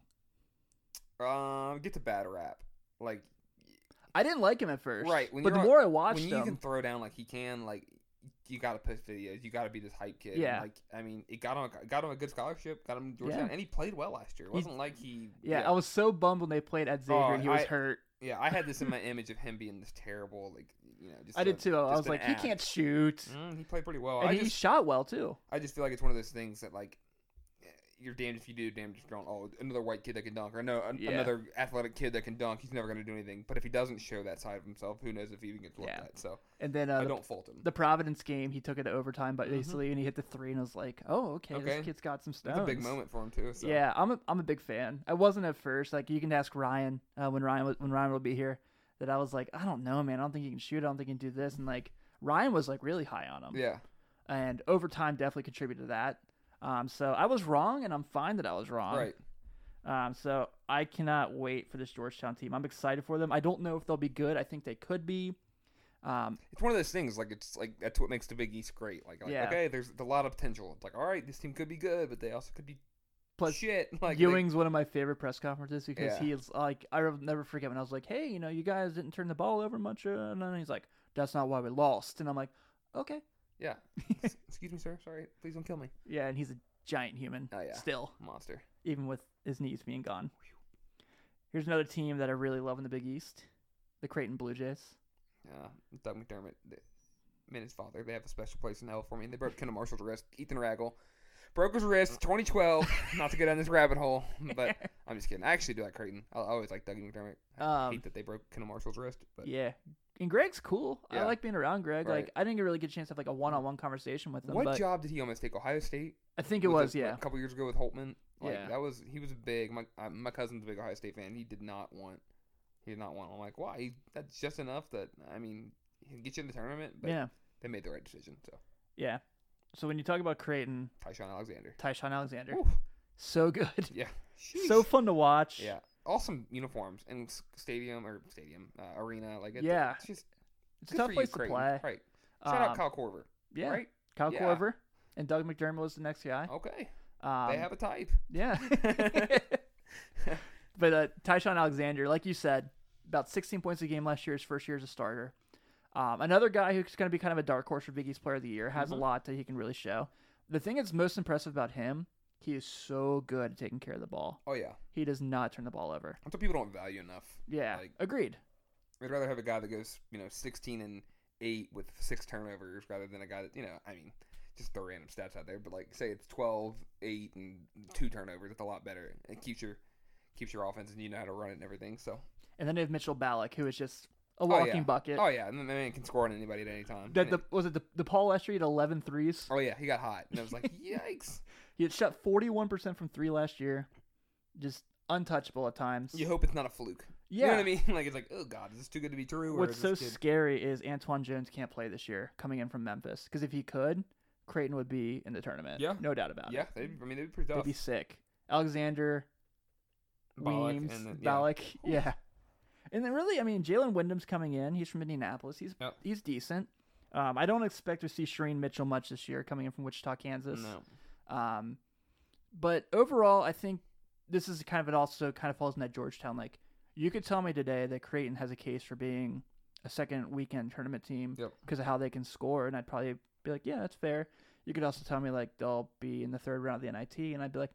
Speaker 2: Um, get to bad rap. Like
Speaker 1: I didn't like him at first,
Speaker 2: Right, when
Speaker 1: but the
Speaker 2: you're on-
Speaker 1: more I
Speaker 2: when
Speaker 1: watched
Speaker 2: you can
Speaker 1: him,
Speaker 2: throw down like he can, like you got to post videos. You got to be this hype kid.
Speaker 1: Yeah.
Speaker 2: Like I mean, it got him a, got him a good scholarship. Got him Georgetown, and he played well last year. It
Speaker 1: He's-
Speaker 2: wasn't like he.
Speaker 1: yeah, I was so bummed when they played at Xavier.
Speaker 2: Oh,
Speaker 1: and he was
Speaker 2: I-
Speaker 1: hurt.
Speaker 2: yeah, I had this in my image of him being this terrible. Like you know, just
Speaker 1: I did
Speaker 2: a-
Speaker 1: too. I
Speaker 2: just
Speaker 1: was
Speaker 2: an
Speaker 1: like,
Speaker 2: ass.
Speaker 1: he can't shoot,
Speaker 2: Mm, he played pretty well.
Speaker 1: and
Speaker 2: I
Speaker 1: he
Speaker 2: just
Speaker 1: shot well too.
Speaker 2: I just feel like it's one of those things that like you're damned if you do, damned if you don't. Oh, another white kid that can dunk, or no, an-
Speaker 3: Yeah.
Speaker 2: another athletic kid that can dunk. He's never going to do anything. But if he doesn't show that side of himself, who knows if he even gets looked
Speaker 3: Yeah.
Speaker 2: at? So
Speaker 1: And then
Speaker 2: I
Speaker 1: uh,
Speaker 2: don't fault him.
Speaker 1: the Providence game, he took it to overtime, but
Speaker 3: Mhm.
Speaker 1: basically, and he hit the three, and I was like, oh, okay,
Speaker 2: Okay.
Speaker 1: this kid's got some stones.
Speaker 2: It's a big moment for him too. So.
Speaker 1: Yeah, I'm a, I'm a big fan. I wasn't at first. Like you can ask Ryan uh, when Ryan was, when Ryan will be here that I was like, I don't know, man. I don't think he can shoot. I don't think he can do this. And like Ryan was like really high on him.
Speaker 2: Yeah.
Speaker 1: And over time, definitely contributed to that. Um, so I was wrong, and I'm fine that I was wrong.
Speaker 2: Right.
Speaker 1: Um, so I cannot wait for this Georgetown team. I'm excited for them. I don't know if they'll be good. I think they could be. Um,
Speaker 2: It's one of those things. Like it's like that's what makes the Big East great. Like, like
Speaker 1: Yeah.
Speaker 2: okay, there's a lot of potential. It's like all right, this team could be good, but they also could be
Speaker 1: Plus,
Speaker 2: shit. Like they-
Speaker 1: Ewing's one of my favorite press conferences because
Speaker 2: Yeah.
Speaker 1: he is like I'll never forget when I was like, "Hey, you know, you guys didn't turn the ball over much," uh," and then he's like, "That's not why we lost," and I'm like, "Okay,
Speaker 2: yeah. Excuse me, sir. Sorry. Please don't kill me.
Speaker 1: yeah." And he's a giant human
Speaker 2: Oh, yeah.
Speaker 1: still,
Speaker 2: Monster.
Speaker 1: even with his knees being gone. Here's another team that I really love in the Big East, the Creighton Blue Jays.
Speaker 2: Uh, Doug McDermott, th- me and his father, they have a special place in hell for me. They broke Kendall Marshall's wrist, Ethan Raggle. Broke his wrist, 2012. Not to go down this rabbit hole, but I'm just kidding. I actually do like Creighton. I I always like Doug McDermott. I
Speaker 1: Um,
Speaker 2: hate that they broke Kendall Marshall's wrist, but
Speaker 1: Yeah, and Greg's cool. I
Speaker 2: Yeah.
Speaker 1: like being around Greg. Like
Speaker 2: Right.
Speaker 1: I didn't get a really good chance to have like a one-on-one conversation with him,
Speaker 2: what
Speaker 1: but
Speaker 2: job did he almost take? Ohio State.
Speaker 1: I think it
Speaker 2: With
Speaker 1: was
Speaker 2: the-
Speaker 1: yeah.
Speaker 2: a couple years ago with Holtman. Like,
Speaker 1: Yeah.
Speaker 2: that was he was big. My I, my cousin's a big Ohio State fan. He did not want. He did not want. I'm like, why? He, that's just enough that I mean, he'll get you in the tournament. But
Speaker 1: Yeah,
Speaker 2: they made the right decision. So
Speaker 1: yeah. So when you talk about Creighton,
Speaker 2: Tyshawn Alexander.
Speaker 1: Tyshawn Alexander,
Speaker 2: Woo.
Speaker 1: so good.
Speaker 2: Yeah.
Speaker 1: so
Speaker 2: Sheesh.
Speaker 1: fun to watch.
Speaker 2: Yeah. Awesome uniforms and s- stadium or stadium uh, arena. Like it,
Speaker 1: Yeah.
Speaker 2: it's just
Speaker 1: it's a
Speaker 2: good for
Speaker 1: tough
Speaker 2: you,
Speaker 1: place to
Speaker 2: Creighton.
Speaker 1: play.
Speaker 2: Right. Shout out
Speaker 1: Um,
Speaker 2: Kyle Corver.
Speaker 1: yeah,
Speaker 2: Right.
Speaker 1: Kyle
Speaker 2: Yeah.
Speaker 1: Korver and Doug McDermott was the next guy.
Speaker 2: Okay.
Speaker 1: Um,
Speaker 2: they have a type.
Speaker 1: yeah. but uh, Tyshawn Alexander, like you said, about 16 points a game last year, his first year as a starter. Um, another guy who's going to be kind of a dark horse for Big East Player of the Year has
Speaker 2: Mm-hmm.
Speaker 1: a lot that he can really show. The thing that's most impressive about him, he is so good at taking care of the ball.
Speaker 2: Oh yeah.
Speaker 1: He does not turn the ball over.
Speaker 2: That's what people don't value enough.
Speaker 1: Yeah,
Speaker 2: Like-
Speaker 1: agreed.
Speaker 2: I'd rather have a guy that goes, you know, 16 and 8 with six turnovers rather than a guy that, you know, I mean, just throw random stats out there, but like say it's 12, 8 and two turnovers, it's a lot better. It keeps your keeps your offense and you know how to run it and everything. So,
Speaker 1: And then they have Mitchell Ballack, who is just a
Speaker 2: yeah.
Speaker 1: walking bucket.
Speaker 2: oh yeah, and then the man can score on anybody at any time.
Speaker 1: That
Speaker 2: And
Speaker 1: the
Speaker 2: it-
Speaker 1: was it the, the Paul Estrie at 11 threes?
Speaker 2: oh yeah, he got hot. And I was like, "Yikes."
Speaker 1: He had shot 41% from three last year, just untouchable at times.
Speaker 2: You hope it's not a fluke. You know what I mean? Like it's like, "Oh god, is this too good to be true?" Or
Speaker 1: What's
Speaker 2: is
Speaker 1: so
Speaker 2: this kid-
Speaker 1: scary is Antoine Jones can't play this year coming in from Memphis because if he could, Creighton would be in the tournament.
Speaker 2: Yeah.
Speaker 1: No doubt about
Speaker 2: Yeah,
Speaker 1: it.
Speaker 2: they'd, I mean, they'd be pretty
Speaker 1: They'd
Speaker 2: tough.
Speaker 1: be sick. Alexander,
Speaker 2: Ballack
Speaker 1: Weems,
Speaker 2: and then- yeah.
Speaker 1: Ballack. Yeah. And then really, I mean, Jalen Wyndham's coming in. He's from Indianapolis. He's
Speaker 2: Yep.
Speaker 1: he's decent. Um, I don't expect to see Shereen Mitchell much this year coming in from Wichita, Kansas.
Speaker 2: No.
Speaker 1: Um, but overall, I think this is kind of it. Also, kind of falls in that Georgetown. Like you could tell me today that Creighton has a case for being a second weekend tournament team
Speaker 2: Yep.
Speaker 1: because of how they can score, and I'd probably be like, yeah, that's fair. You could also tell me like they'll be in the third round of the NIT, and I'd be like,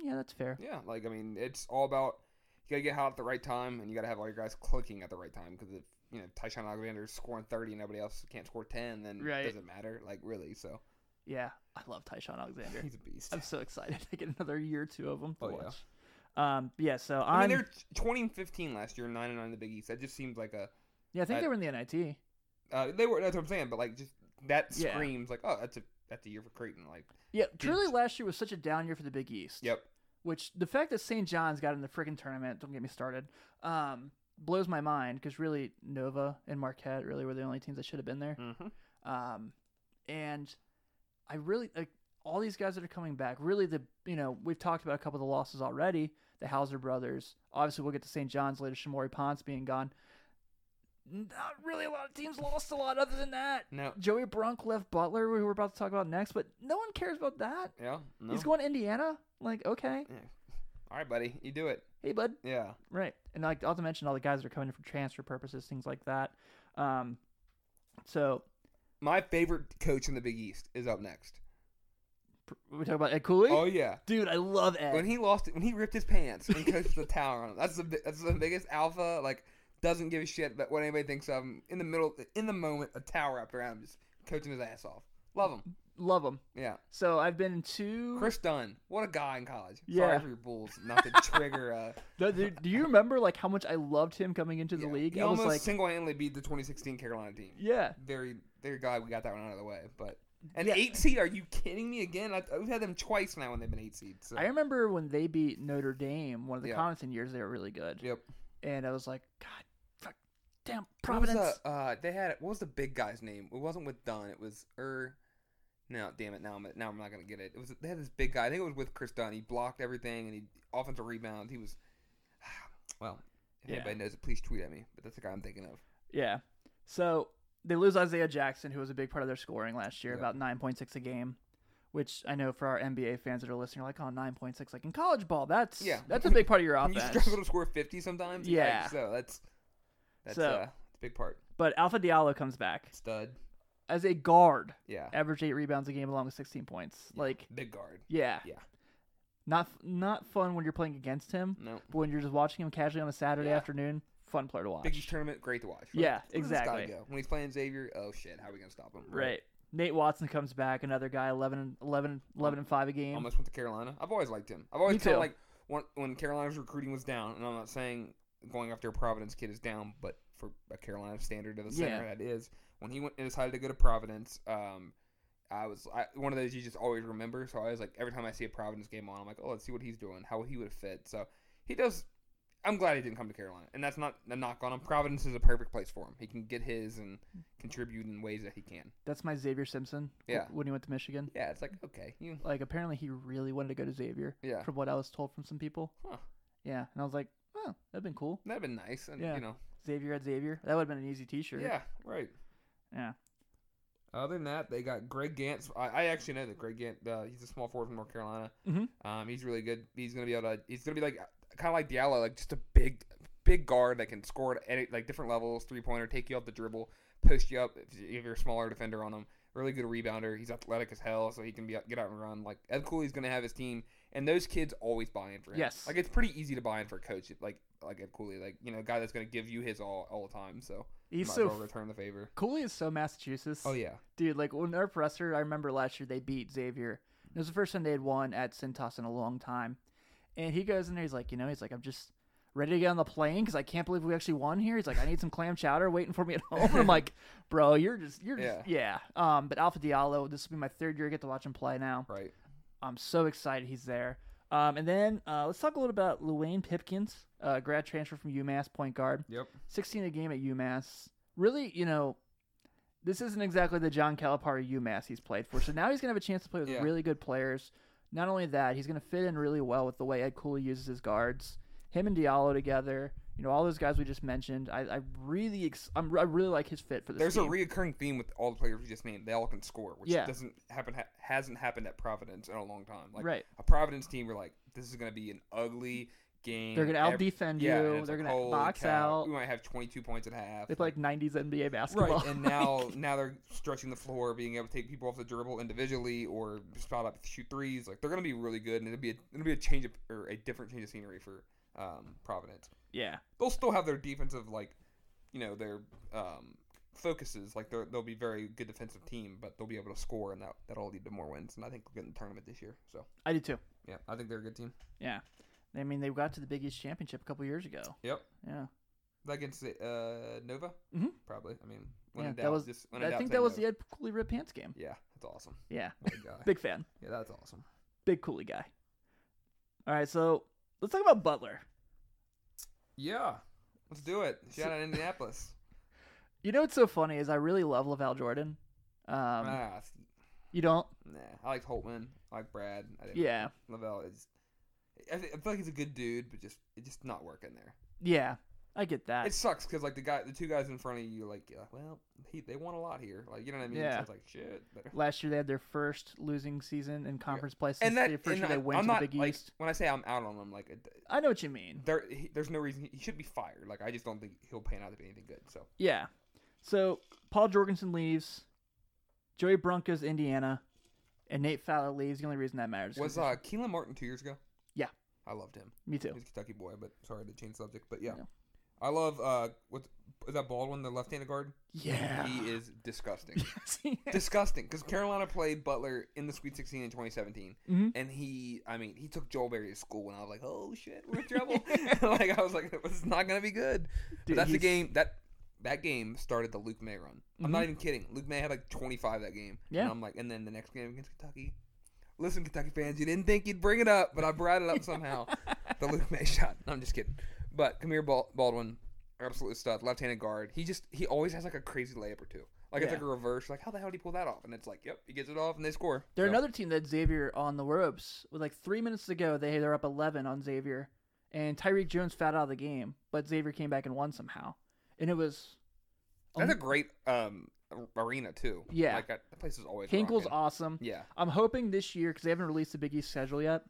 Speaker 1: yeah, that's fair.
Speaker 2: Yeah, like I mean, it's all about you gotta get hot at the right time, and you gotta have all your guys clicking at the right time. Because if you know Tyshawn Alexander's scoring thirty and nobody else can't score ten, then
Speaker 1: Right.
Speaker 2: it doesn't matter. Like really, so
Speaker 1: Yeah, I love Tyshawn Alexander.
Speaker 2: he's a beast.
Speaker 1: I'm so excited to get another year or two of them to
Speaker 2: Oh, yeah.
Speaker 1: watch. Yeah. Um, yeah, so
Speaker 2: I
Speaker 1: I'm,
Speaker 2: mean, they're twenty and fifteen last year, nine and nine in the Big East. That just seems like a
Speaker 1: yeah, I think
Speaker 2: I-
Speaker 1: they were in the NIT.
Speaker 2: uh, they were. That's what I'm saying. But like, just that
Speaker 1: Yeah.
Speaker 2: screams like, oh, that's a that's a year for Creighton. Like,
Speaker 1: Yeah, truly, last year was such a down year for the Big East.
Speaker 2: yep,
Speaker 1: which the fact that St. John's got in the freaking tournament, don't get me started, um, blows my mind because really Nova and Marquette really were the only teams that should have been there.
Speaker 2: mm-hmm.
Speaker 1: Um, and I really like all these guys that are coming back. Really, the you know we've talked about a couple of the losses already. The Hauser brothers. Obviously, we'll get to St. John's later. Shamori Ponce being gone. Not really a lot of teams lost a lot other than that.
Speaker 2: no,
Speaker 1: Joey Brunk left Butler, who we're about to talk about next, but no one cares about that.
Speaker 2: yeah, no.
Speaker 1: He's going to Indiana. Like, okay.
Speaker 2: all right, buddy, you do it.
Speaker 1: Hey, bud.
Speaker 2: Yeah,
Speaker 1: Right. And like also mention all the guys that are coming in for transfer purposes, things like that. Um so
Speaker 2: my favorite coach in the Big East is up next.
Speaker 1: pr- we talk about Ed Cooley.
Speaker 2: Oh yeah.
Speaker 1: Dude, I love Ed.
Speaker 2: when he lost when he ripped his pants and coached the tower on him. That's the bi- that's the biggest alpha. Like doesn't give a shit about what anybody thinks of him. In the middle, in the moment, a tower wrapped around him, just coaching his ass off. Love him.
Speaker 1: Love him.
Speaker 2: Yeah.
Speaker 1: So I've been in two.
Speaker 2: Chris Dunn, what a guy in college.
Speaker 1: Yeah.
Speaker 2: Sorry for your Bulls, not to trigger. Uh,
Speaker 1: No, do, do you remember like how much I loved him coming into the
Speaker 2: yeah.
Speaker 1: league?
Speaker 2: He
Speaker 1: I was
Speaker 2: almost
Speaker 1: like,
Speaker 2: single-handedly beat the 2016 Carolina team.
Speaker 1: yeah,
Speaker 2: Very, very glad we got that one out of the way. But an
Speaker 1: Yeah.
Speaker 2: eight seed? Are you kidding me again? I, we've had them twice now when they've been eight seeds. So.
Speaker 1: I remember when they beat Notre Dame, one of the
Speaker 2: Yeah.
Speaker 1: Connaughton years, they were really good.
Speaker 2: Yep.
Speaker 1: And I was like, God, fuck, damn,
Speaker 2: What was
Speaker 1: Providence.
Speaker 2: the, uh, they had what was the big guy's name? It wasn't with Dunn. It was Er. No, damn it! Now I'm now I'm not gonna get it. It was they had this big guy. I think it was with Chris Dunn. He blocked everything and he offensive rebound. He was well. If
Speaker 1: Yeah.
Speaker 2: anybody knows it, please tweet at me. But that's the guy I'm thinking of.
Speaker 1: Yeah. So they lose Isaiah Jackson, who was a big part of their scoring last year,
Speaker 2: Yeah.
Speaker 1: about 9.6 a game, which I know for our NBA fans that are listening are like, oh, 9.6, like in college ball, that's
Speaker 2: Yeah.
Speaker 1: that's a big part of your
Speaker 2: And you
Speaker 1: offense.
Speaker 2: struggle to score 50 sometimes. Like,
Speaker 1: Yeah.
Speaker 2: so that's that's
Speaker 1: So-
Speaker 2: uh, it's a big part.
Speaker 1: But Alpha Diallo comes back
Speaker 2: Stud.
Speaker 1: as a guard,
Speaker 2: Yeah.
Speaker 1: average eight rebounds a game along with 16 points. Like,
Speaker 2: Big guard.
Speaker 1: yeah.
Speaker 2: Yeah.
Speaker 1: Not, not fun when you're playing against him,
Speaker 2: No.
Speaker 1: but when you're just watching him casually on a Saturday
Speaker 2: Yeah.
Speaker 1: afternoon, fun player to watch.
Speaker 2: Big East tournament, great to watch. Look-
Speaker 1: Yeah,
Speaker 2: look at this guy
Speaker 1: exactly.
Speaker 2: go. When he's playing Xavier, oh shit, how are we gonna stop him?
Speaker 1: Right. Nate Watson comes back, another guy, 11, 11, 11 and 5 a game.
Speaker 2: almost went to Carolina. I've always liked him. I've always
Speaker 1: too.
Speaker 2: felt like when, when Carolina's recruiting was down, and I'm not saying going after a Providence kid is down, but for a Carolina standard of the center, that is when he went and decided to go to Providence. Um, I was I, one of those you just always remember. So I was like, every time I see a Providence game on, I'm like, oh, let's see what he's doing, how he would fit. So he does. I'm glad he didn't come to Carolina, and that's not a knock on him. Providence is a perfect place for him. He can get his and
Speaker 1: Mm.
Speaker 2: contribute in ways that he can.
Speaker 1: That's my Xavier Simpson. w-
Speaker 2: Yeah.
Speaker 1: When he went to Michigan.
Speaker 2: Yeah, it's like okay, you
Speaker 1: Like apparently he really wanted to go to Xavier.
Speaker 2: yeah,
Speaker 1: From what I was told from some people.
Speaker 2: Huh.
Speaker 1: Yeah. And I was like, oh, that'd been cool.
Speaker 2: that'd been nice, and
Speaker 1: Yeah.
Speaker 2: you know,
Speaker 1: Xavier at Xavier. That would have been an easy t shirt.
Speaker 2: yeah, right.
Speaker 1: Yeah.
Speaker 2: Other than that, they got Greg Gant. I, I actually know that Greg Gant. Uh, he's a small forward from North Carolina.
Speaker 1: Mhm.
Speaker 2: Um, he's really good. He's gonna be able to. He's gonna be like kind of like Diallo, like just a big, big guard that can score at any, like different levels, three pointer, take you off the dribble, post you up if you- if you're a smaller defender on him. Really good rebounder. He's athletic as hell, so he can be out- get out and run. Like Ed Cooley's gonna have his team, and those kids always buy in for him.
Speaker 1: Yes.
Speaker 2: like it's pretty easy to buy in for a coach like like Ed Cooley, like you know, a guy that's gonna give you his all all the time. So
Speaker 1: He's
Speaker 2: might as
Speaker 1: so.
Speaker 2: well
Speaker 1: f-
Speaker 2: return the favor.
Speaker 1: Cooley is so Massachusetts.
Speaker 2: Oh yeah,
Speaker 1: Dude, like when their presser, I remember last year they beat Xavier. It was the first time they had won at Centos in a long time. And he goes in there, he's like, you know, he's like, I'm just ready to get on the plane because I can't believe we actually won here. He's like, I need some clam chowder waiting for me at home. I'm like, bro, you're just, you're just, yeah. Um, but Alpha Diallo, this will be my third year I get to watch him play now.
Speaker 2: right.
Speaker 1: I'm so excited he's there. Um, and then uh, let's talk a little about Luane Pipkins, uh, grad transfer from UMass point guard.
Speaker 2: Yep.
Speaker 1: 16 a game at UMass. Really, you know, this isn't exactly the John Calipari UMass he's played for. So now he's going to have a chance to play with
Speaker 2: Yeah.
Speaker 1: really good players. Not only that, he's going to fit in really well with the way Ed Cooley uses his guards. Him and Diallo together, you know, all those guys we just mentioned. I, I really, ex- I'm, I really like his fit for this.
Speaker 2: There's a
Speaker 1: team.
Speaker 2: reoccurring theme with all the players we just named. They all can score, which
Speaker 1: Yeah.
Speaker 2: doesn't happen ha- hasn't happened at Providence in a long time. Like
Speaker 1: right.
Speaker 2: a Providence team, we're like, this is going to be an ugly game.
Speaker 1: They're going to
Speaker 2: Ev-
Speaker 1: out defend
Speaker 2: yeah, and
Speaker 1: you.
Speaker 2: it's
Speaker 1: They're
Speaker 2: like,
Speaker 1: going to
Speaker 2: holy
Speaker 1: box
Speaker 2: cow,
Speaker 1: out.
Speaker 2: We might have 22 points at half.
Speaker 1: They play like 90s NBA
Speaker 2: right,
Speaker 1: basketball.
Speaker 2: and now now they're stretching the floor, being able to take people off the dribble individually or spot up shoot threes. Like they're going to be really good, and it'll be a, it'll be a change of or a different change of scenery for um, Providence.
Speaker 1: yeah.
Speaker 2: they'll still have their defensive like you know their um, focuses like they're, they'll be very good defensive team but they'll be able to score and that, that'll lead to more wins and i think we'll get in the tournament this year so
Speaker 1: I do too.
Speaker 2: yeah i think they're a good team
Speaker 1: Yeah. I mean, they got to the Big East Championship a couple years ago.
Speaker 2: yep
Speaker 1: Yeah.
Speaker 2: that against uh, nova
Speaker 1: Mhm.
Speaker 2: probably i mean when
Speaker 1: Yeah,
Speaker 2: in
Speaker 1: that
Speaker 2: doubt,
Speaker 1: was-
Speaker 2: just, when in
Speaker 1: I
Speaker 2: doubt,
Speaker 1: think
Speaker 2: say
Speaker 1: that was
Speaker 2: Nova.
Speaker 1: the Ed Cooley Rip Pants game.
Speaker 2: yeah that's awesome
Speaker 1: Yeah.
Speaker 2: what a guy
Speaker 1: Big fan.
Speaker 2: yeah that's awesome
Speaker 1: Big Cooley guy. All right, so let's talk about Butler.
Speaker 2: yeah let's do it shout out indianapolis
Speaker 1: You know what's so funny is I really love Laval Jordan. Um,
Speaker 2: ah, s-
Speaker 1: you don't?
Speaker 2: nah i liked holtman i like brad I didn't-
Speaker 1: Yeah.
Speaker 2: lavelle is I, thi- I feel like he's a good dude but just it's just not working there
Speaker 1: Yeah. I get that.
Speaker 2: it sucks because like the guy, the two guys in front of you, like, you're like, well, he, they won a lot here, like you know what I mean?
Speaker 1: Yeah.
Speaker 2: So it's like shit. But...
Speaker 1: Last year they had their first losing season in conference play since
Speaker 2: And that,
Speaker 1: the first
Speaker 2: and
Speaker 1: year they
Speaker 2: I,
Speaker 1: went
Speaker 2: I'm
Speaker 1: to
Speaker 2: not
Speaker 1: the Big
Speaker 2: like
Speaker 1: East.
Speaker 2: when I say I'm out on him, like it-
Speaker 1: I know what you mean.
Speaker 2: there, he, there's no reason he, he should be fired. Like I just don't think he'll pan out to be anything good. So
Speaker 1: Yeah. So Paul Jorgensen leaves. Joey Brunk goes to Indiana, and Nate Fowler leaves. The only reason that matters is 'cause
Speaker 2: was uh Keelan Martin two years ago?
Speaker 1: Yeah.
Speaker 2: I loved him.
Speaker 1: me too.
Speaker 2: He's a Kentucky boy, but sorry to change subject, but yeah,
Speaker 1: No.
Speaker 2: I love uh what is that Baldwin, the left-handed guard?
Speaker 1: Yeah.
Speaker 2: He is disgusting.
Speaker 1: Yes, he is.
Speaker 2: disgusting because Carolina played Butler in the Sweet 16 in 2017,
Speaker 1: Mhm.
Speaker 2: and he, I mean, he took Joel Berry to school, and I was like, oh shit, we're in trouble. like I was like, this is not gonna be good. But
Speaker 1: Dude,
Speaker 2: that's the
Speaker 1: he's-
Speaker 2: game that that game started the Luke May run. I'm
Speaker 1: Mhm.
Speaker 2: not even kidding. Luke May had like 25 that game.
Speaker 1: Yeah.
Speaker 2: And I'm like, and then the next game against Kentucky. Listen, Kentucky fans, you didn't think you'd bring it up, but I brought it up somehow. the Luke May shot. No, I'm just kidding. But Kamir Bal- Baldwin, absolute stuff. Left-handed guard. He just he always has like a crazy layup or two. Like it's
Speaker 1: Yeah.
Speaker 2: like a reverse. Like how the hell did he pull that off? And it's like, yep, he gets it off and they score.
Speaker 1: They're
Speaker 2: So,
Speaker 1: another team that Xavier on the ropes with like three minutes to go. They they're up eleven on Xavier, and Tyreek Jones fouled out of the game, but Xavier came back and won somehow, and it was
Speaker 2: That's a great um a- arena too.
Speaker 1: Yeah.
Speaker 2: Like that, that place is always.
Speaker 1: Hinkle's
Speaker 2: rocking.
Speaker 1: awesome.
Speaker 2: Yeah.
Speaker 1: I'm hoping this year because they haven't released the Big East schedule yet.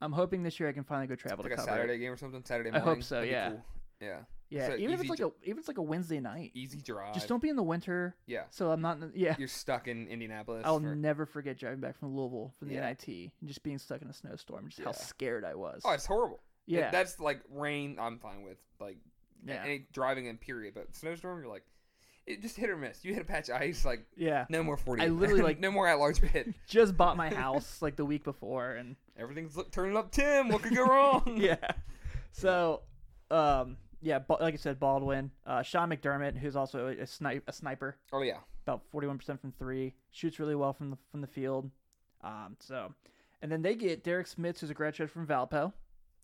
Speaker 1: I'm hoping this year I can finally go travel to
Speaker 2: Like a
Speaker 1: cover. it.
Speaker 2: Saturday game or something. Saturday
Speaker 1: I
Speaker 2: morning.
Speaker 1: hope so,
Speaker 2: That'd be
Speaker 1: yeah.
Speaker 2: cool. Yeah.
Speaker 1: Yeah,
Speaker 2: So
Speaker 1: even if
Speaker 2: easy
Speaker 1: it's like
Speaker 2: to-
Speaker 1: a even if it's like a Wednesday night.
Speaker 2: Easy drive.
Speaker 1: Just don't be in the winter.
Speaker 2: Yeah.
Speaker 1: So I'm not. in the- Yeah,
Speaker 2: You're stuck in Indianapolis.
Speaker 1: I'll
Speaker 2: for-
Speaker 1: never forget driving back from Louisville from the
Speaker 2: Yeah.
Speaker 1: NIT and just being stuck in a snowstorm. Just how
Speaker 2: Yeah.
Speaker 1: scared I was.
Speaker 2: Oh, it's horrible. It-
Speaker 1: yeah,
Speaker 2: that's like rain. I'm fine with like a-
Speaker 1: yeah,
Speaker 2: any driving in period, but snowstorm. You're like, it just hit or miss. You hit a patch of ice, like
Speaker 1: yeah.
Speaker 2: no more forty.
Speaker 1: I literally, like-
Speaker 2: no more at large pit.
Speaker 1: Just bought my house like the week before, and
Speaker 2: Everything's look, turning up Tim. What could go wrong?
Speaker 1: yeah. So, um, yeah, Ba- like I said, Baldwin, uh, Sean McDermott, who's also a, snipe, a sniper,
Speaker 2: Oh yeah.
Speaker 1: about forty-one percent from three, shoots really well from the from the field. Um, so, and then they get Derek Smith, who's a graduate from Valpo,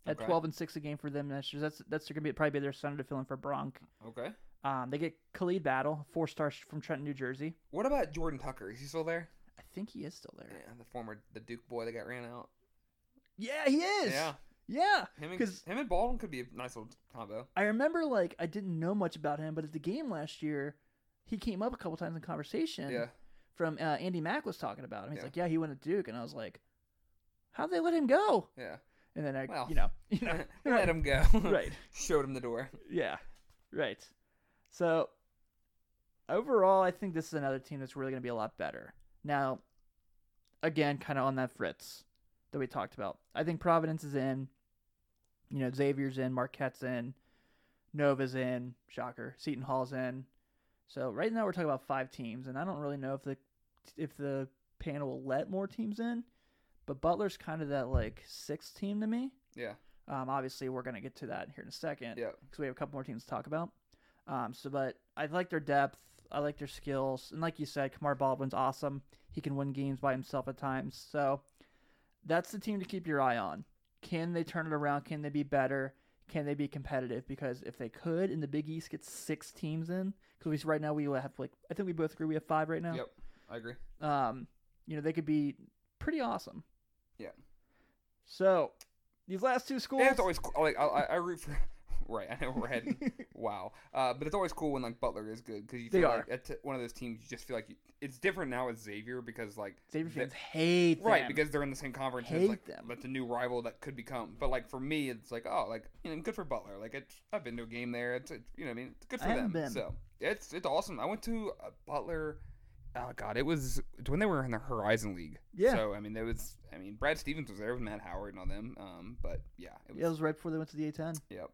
Speaker 1: at
Speaker 2: Okay.
Speaker 1: twelve and six a game for them next year. That's that's going to be probably be their center to fill in for Bronk.
Speaker 2: Okay.
Speaker 1: Um, they get Khalid Battle, four star sh- from Trenton, New Jersey.
Speaker 2: What about Jordan Tucker? Is he still there?
Speaker 1: I think he is still there.
Speaker 2: Yeah, the former the Duke boy that got ran out.
Speaker 1: Yeah, he is.
Speaker 2: Yeah,
Speaker 1: yeah.
Speaker 2: him and
Speaker 1: 'Cause-
Speaker 2: him and Baldwin could be a nice little combo.
Speaker 1: I remember like I didn't know much about him, but at the game last year, he came up a couple times in conversation.
Speaker 2: Yeah,
Speaker 1: From uh, Andy Mack was talking about him. He's
Speaker 2: Yeah.
Speaker 1: like, "Yeah, he went to Duke," and I was like, "How'd they let him go?"
Speaker 2: yeah.
Speaker 1: And then I,
Speaker 2: Well.
Speaker 1: you know, you know,
Speaker 2: Let him go.
Speaker 1: right?
Speaker 2: Showed him the door.
Speaker 1: Yeah, right. So overall, I think this is another team that's really going to be a lot better. Now, again, kind of on that Fritz that we talked about. I think Providence is in. You know, Xavier's in, Marquette's in, Nova's in, shocker, Seton Hall's in. So right now we're talking about five teams, and I don't really know if the if the panel will let more teams in, but Butler's kind of that like sixth team to me.
Speaker 2: Yeah,
Speaker 1: Um, obviously, we're going to get to that here in a second
Speaker 2: yeah.
Speaker 1: because we have a couple more teams to talk about. Um, so, but I like their depth. I like their skills, and like you said, Kamar Baldwin's awesome. He can win games by himself at times. So, that's the team to keep your eye on. Can they turn it around? Can they be better? Can they be competitive? Because if they could, and the Big East gets six teams in, because right now we have like I think we both agree we have five right now.
Speaker 2: Yep, I agree.
Speaker 1: Um, you know they could be pretty awesome.
Speaker 2: Yeah.
Speaker 1: So, these last two schools.
Speaker 2: Yeah, it's always cool. like I, I, I root for. Right, I know we're heading. wow, uh, but it's always cool when like Butler is good because you
Speaker 1: They
Speaker 2: feel
Speaker 1: are.
Speaker 2: like that's one of those teams you just feel like you, it's different now with Xavier because like
Speaker 1: Xavier
Speaker 2: the-
Speaker 1: fans hate
Speaker 2: right
Speaker 1: them.
Speaker 2: because they're in the same conference. and it's
Speaker 1: Hate
Speaker 2: like
Speaker 1: them.
Speaker 2: that's a new rival that could become. But like for me, it's like oh like you know good for Butler. Like it's, I've been to a game there. It's it, you know what I mean it's good
Speaker 1: I
Speaker 2: for them.
Speaker 1: haven't been.
Speaker 2: So it's it's awesome. I went to a Butler. Oh god, it was it's when they were in the Horizon League.
Speaker 1: Yeah.
Speaker 2: So I mean, there was I mean Brad Stevens was there with Matt Howard and all them. Um, but yeah, it was.
Speaker 1: yeah, it was right before they went to the A10.
Speaker 2: Yep.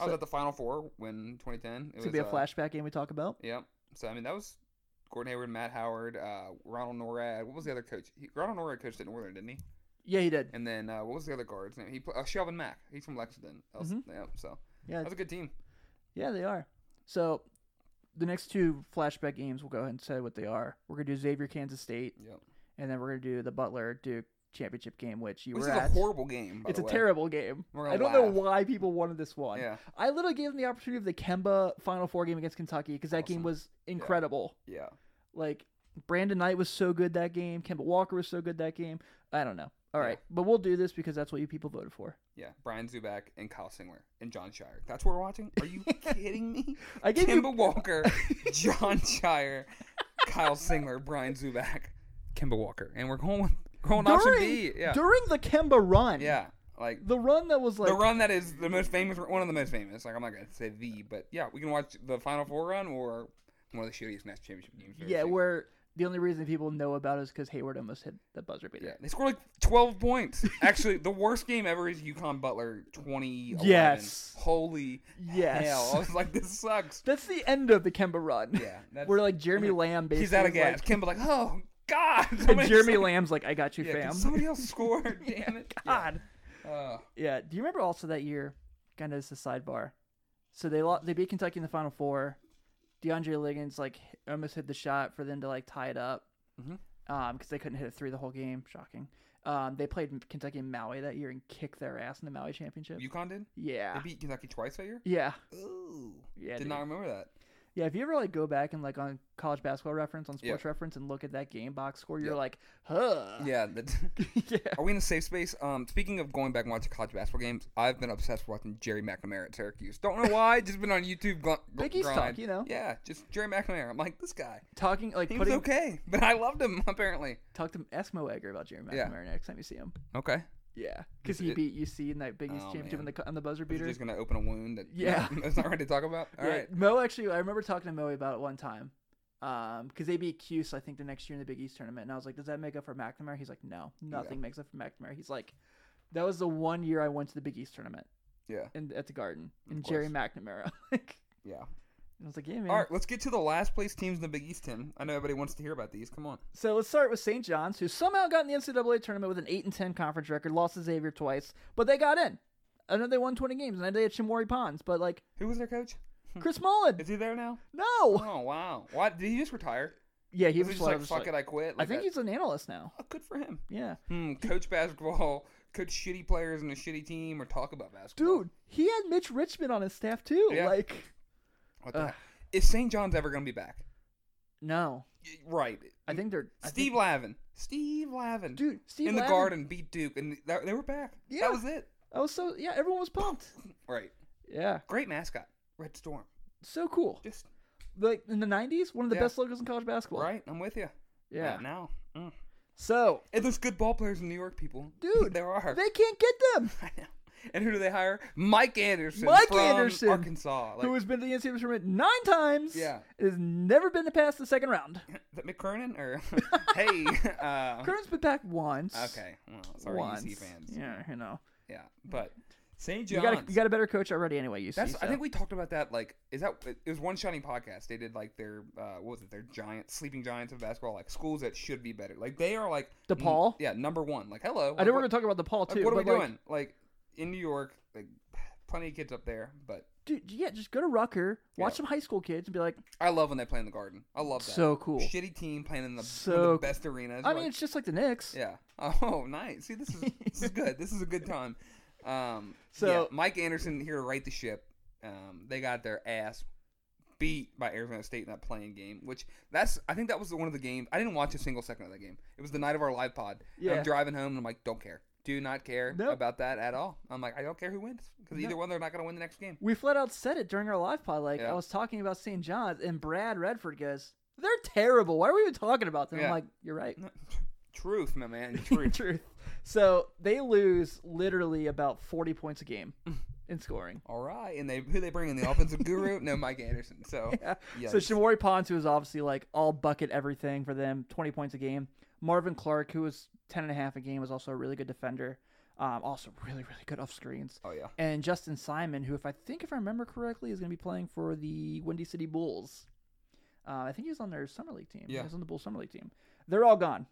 Speaker 2: I
Speaker 1: So,
Speaker 2: was at the Final Four when 2010. It
Speaker 1: it's
Speaker 2: was
Speaker 1: gonna be a
Speaker 2: uh,
Speaker 1: flashback game we talk about.
Speaker 2: Yep. So I mean that was Gordon Hayward, Matt Howard, uh, Ronald Norad. What was the other coach? He, Ronald Norad coached at Northern, didn't he?
Speaker 1: Yeah, he did.
Speaker 2: And then uh, what was the other guard's name? He pl- uh, Shelvin Mack. He's from Lexington. Else-
Speaker 1: Mhm.
Speaker 2: Yep. So
Speaker 1: Yeah,
Speaker 2: that's a good team.
Speaker 1: yeah, they are. So the next two flashback games, we'll go ahead and say what they are. We're gonna do Xavier, Kansas State,
Speaker 2: Yep.
Speaker 1: and then we're gonna do the Butler Duke championship game, which you
Speaker 2: Which is
Speaker 1: were
Speaker 2: a
Speaker 1: at.
Speaker 2: horrible game. By
Speaker 1: it's
Speaker 2: the
Speaker 1: a
Speaker 2: way.
Speaker 1: terrible game.
Speaker 2: We're
Speaker 1: I don't
Speaker 2: gonna
Speaker 1: know
Speaker 2: laugh.
Speaker 1: why people wanted this one.
Speaker 2: Yeah.
Speaker 1: I literally gave them the opportunity of the Kemba Final Four game against Kentucky because that game
Speaker 2: Awesome.
Speaker 1: was incredible.
Speaker 2: Yeah.
Speaker 1: Like Brandon Knight was so good that game. Kemba Walker was so good that game. I don't know. All
Speaker 2: Yeah.
Speaker 1: right, but we'll do this because that's what you people voted for.
Speaker 2: Yeah. Brian Zuback and Kyle Singler and John Shire. That's what we're watching. Are you kidding me?
Speaker 1: I gave you
Speaker 2: Kimba Walker, John Shire, Kyle Singler, Brian Zuback, Kimba Walker, and we're going with going with option B. Yeah.
Speaker 1: during the Kemba run.
Speaker 2: Yeah, like
Speaker 1: The run that was like
Speaker 2: the run that is the most famous, one of the most famous. Like I'm not gonna say the, but yeah, we can watch the Final Four run or one of the shittiest national championship games. we've ever
Speaker 1: yeah,
Speaker 2: seen.
Speaker 1: where The only reason people know about it is because Hayward almost hit the buzzer beater.
Speaker 2: Yeah, they scored like 12 points. Actually, the worst game ever is UConn Butler 2011.
Speaker 1: Yes.
Speaker 2: Holy
Speaker 1: Yes.
Speaker 2: hell. I was like, this sucks.
Speaker 1: That's the end of the Kemba run.
Speaker 2: Yeah. That's,
Speaker 1: Where like Jeremy Lamb basically
Speaker 2: he's out of
Speaker 1: was
Speaker 2: gas. Kimba like, oh, God.
Speaker 1: like,
Speaker 2: somebody-
Speaker 1: and Jeremy Lamb's like, I got you,
Speaker 2: yeah, can
Speaker 1: fam.
Speaker 2: somebody else score. Damn it.
Speaker 1: God.
Speaker 2: Yeah. Uh,
Speaker 1: Yeah. Do you remember also that year? Kind of as a sidebar. So they lost, they beat Kentucky in the Final Four. DeAndre Liggins like h- almost hit the shot for them to like tie it up,
Speaker 2: Mhm.
Speaker 1: um, because they couldn't hit a three the whole game. Shocking. Um, they played M- Kentucky and Maui that year and kicked their ass in the Maui championship.
Speaker 2: UConn did?
Speaker 1: yeah.
Speaker 2: They beat Kentucky twice that year?
Speaker 1: yeah.
Speaker 2: Ooh.
Speaker 1: Yeah.
Speaker 2: Did
Speaker 1: dude.
Speaker 2: not remember that.
Speaker 1: Yeah. If you ever like go back and like on college basketball reference on
Speaker 2: Yeah.
Speaker 1: Sports Reference and look at that game box score, you're
Speaker 2: Yeah.
Speaker 1: like, huh.
Speaker 2: Yeah. That,
Speaker 1: yeah.
Speaker 2: are we in a safe space? Um, speaking of going back and watching college basketball games, I've been obsessed with watching Jerry McNamara at Syracuse. Don't know why. just been on YouTube. Gl- gl-
Speaker 1: Big East
Speaker 2: grind.
Speaker 1: talk, you know,
Speaker 2: Yeah, just Jerry McNamara. I'm like, this guy.
Speaker 1: talking like
Speaker 2: He
Speaker 1: putting
Speaker 2: was okay, but I loved him apparently.
Speaker 1: talk to Eskimo Egger about Jerry
Speaker 2: Yeah.
Speaker 1: McNamara next time you see him.
Speaker 2: Okay.
Speaker 1: Yeah, because
Speaker 2: Is
Speaker 1: he
Speaker 2: it-
Speaker 1: beat UC in that Big East
Speaker 2: Oh,
Speaker 1: championship on
Speaker 2: man.
Speaker 1: the, on the buzzer
Speaker 2: Is it
Speaker 1: beater.
Speaker 2: just gonna open a wound. That
Speaker 1: Yeah.
Speaker 2: no, it's not ready to talk about. All
Speaker 1: yeah,
Speaker 2: right.
Speaker 1: Mo actually, I remember talking to Mo about it one time, because they beat Cuse, I think, the next year in the Big East tournament, and I was like, "Does that make up for McNamara?" He's like, "No, nothing makes up for McNamara." He's like, "That was the one year I went to the Big East tournament
Speaker 2: Yeah.
Speaker 1: in, at the Garden,
Speaker 2: Of
Speaker 1: and Jerry McNamara." like,
Speaker 2: Yeah.
Speaker 1: I was like, "Yeah, man."
Speaker 2: All right. Let's get to the last place teams in the Big East. Tim, I know everybody wants to hear about these. Come on.
Speaker 1: So let's start with St. John's, who somehow got in the NCAA tournament with an eight and ten conference record, lost to Xavier twice, but they got in. I know they won twenty games, and I know they had Shimori Pons, but like
Speaker 2: Who was their coach?
Speaker 1: Chris Mullen,
Speaker 2: Is he there now?
Speaker 1: no.
Speaker 2: Oh wow. Why did he just retire?
Speaker 1: Yeah, he
Speaker 2: He
Speaker 1: was,
Speaker 2: was just
Speaker 1: like,
Speaker 2: like,
Speaker 1: just
Speaker 2: fuck
Speaker 1: like-
Speaker 2: it, I quit.
Speaker 1: I
Speaker 2: Like,
Speaker 1: think he's an analyst now.
Speaker 2: oh, good for him.
Speaker 1: Yeah,
Speaker 2: Hmm. Coach basketball. Coach shitty players in a shitty team, or talk about basketball.
Speaker 1: dude, he had Mitch Richmond on his staff too.
Speaker 2: Yeah.
Speaker 1: Like,
Speaker 2: What the
Speaker 1: Ugh.
Speaker 2: heck? is St. John's ever gonna be back?
Speaker 1: no,
Speaker 2: Y- Right.
Speaker 1: I think they're I
Speaker 2: Steve
Speaker 1: think-
Speaker 2: Lavin. Steve Lavin.
Speaker 1: dude, Steve
Speaker 2: in the
Speaker 1: Lavin-
Speaker 2: garden beat Duke, and that, they were back.
Speaker 1: Yeah.
Speaker 2: That was it.
Speaker 1: I was so yeah, everyone was pumped.
Speaker 2: Right.
Speaker 1: Yeah,
Speaker 2: Great mascot, Red Storm.
Speaker 1: so cool.
Speaker 2: Just
Speaker 1: Like in the '90s, one of the
Speaker 2: Yeah.
Speaker 1: best logos in college basketball.
Speaker 2: right. I'm with you.
Speaker 1: Yeah.
Speaker 2: Not now, mm.
Speaker 1: So
Speaker 2: and there's good ball players in New York, people.
Speaker 1: Dude,
Speaker 2: there are.
Speaker 1: they can't get them.
Speaker 2: I know. And who do they hire? Mike Anderson.
Speaker 1: Mike
Speaker 2: from
Speaker 1: Anderson,
Speaker 2: Arkansas. Like,
Speaker 1: who has been to the NCAA tournament nine times.
Speaker 2: Yeah.
Speaker 1: and has never been past the second round.
Speaker 2: is that McKernan or hey? Uh,
Speaker 1: Curran's been back once.
Speaker 2: okay. Well, sorry,
Speaker 1: once.
Speaker 2: UC fans.
Speaker 1: Yeah, you know,
Speaker 2: Yeah, but St.
Speaker 1: you
Speaker 2: John's.
Speaker 1: got, a, you got a better coach already anyway. UC.
Speaker 2: That's. I
Speaker 1: so.
Speaker 2: think we talked about that. Like, is that it was one shining podcast? They did like their uh, what was it? Their giant sleeping giants of basketball, like schools that should be better. Like they are like n-
Speaker 1: DePaul?
Speaker 2: yeah, number one. Like hello.
Speaker 1: I
Speaker 2: like,
Speaker 1: know we're gonna
Speaker 2: what,
Speaker 1: talk about the Paul
Speaker 2: like,
Speaker 1: too.
Speaker 2: what are we
Speaker 1: but, like,
Speaker 2: doing? Like in New York, like plenty of kids up there, but
Speaker 1: dude, yeah, just go to Rucker, watch
Speaker 2: Yeah.
Speaker 1: some high school kids, and be like,
Speaker 2: I love when they play in the Garden. I love that.
Speaker 1: so cool.
Speaker 2: Shitty team playing in the, one of
Speaker 1: So
Speaker 2: the best arenas.
Speaker 1: I
Speaker 2: like-
Speaker 1: mean, it's just like the Knicks.
Speaker 2: yeah. Oh, nice. See, this is this is good. This is a good time. Um, so
Speaker 1: So-
Speaker 2: Mike Anderson here to right the ship. Um, they got their ass beat by Arizona State in that playing game, which that's I think that was one of the games I didn't watch a single second of that game. It was the night of our live pod. And
Speaker 1: Yeah.
Speaker 2: I'm driving home and I'm like, don't care, do not care
Speaker 1: Nope.
Speaker 2: about that at all. I'm like, I don't care who wins because either
Speaker 1: No.
Speaker 2: one they're not gonna win the next game.
Speaker 1: We flat out said it during our live pod. Like
Speaker 2: Yeah.
Speaker 1: I was talking about St. John's, and Brad Redford goes, "They're terrible. Why are we even talking about them?" I'm
Speaker 2: Yeah.
Speaker 1: like, "You're right."
Speaker 2: Truth, my man. Truth.
Speaker 1: Truth. So they lose literally about 40 points a game in scoring.
Speaker 2: all right, and they who they bring in the offensive guru? No, Mike Anderson. So
Speaker 1: Yeah.
Speaker 2: yeah.
Speaker 1: So Shamori Pons, who is obviously like all bucket everything for them, 20 points a game. Marvin Clark, who was 10 and a half a game, was also a really good defender. Um, also really, really good off screens.
Speaker 2: oh yeah.
Speaker 1: And Justin Simon, who, if I think if I remember correctly, is going to be playing for the Windy City Bulls. Uh, I think he was on their summer league team.
Speaker 2: Yeah.
Speaker 1: He was on the Bulls summer league team. They're all gone.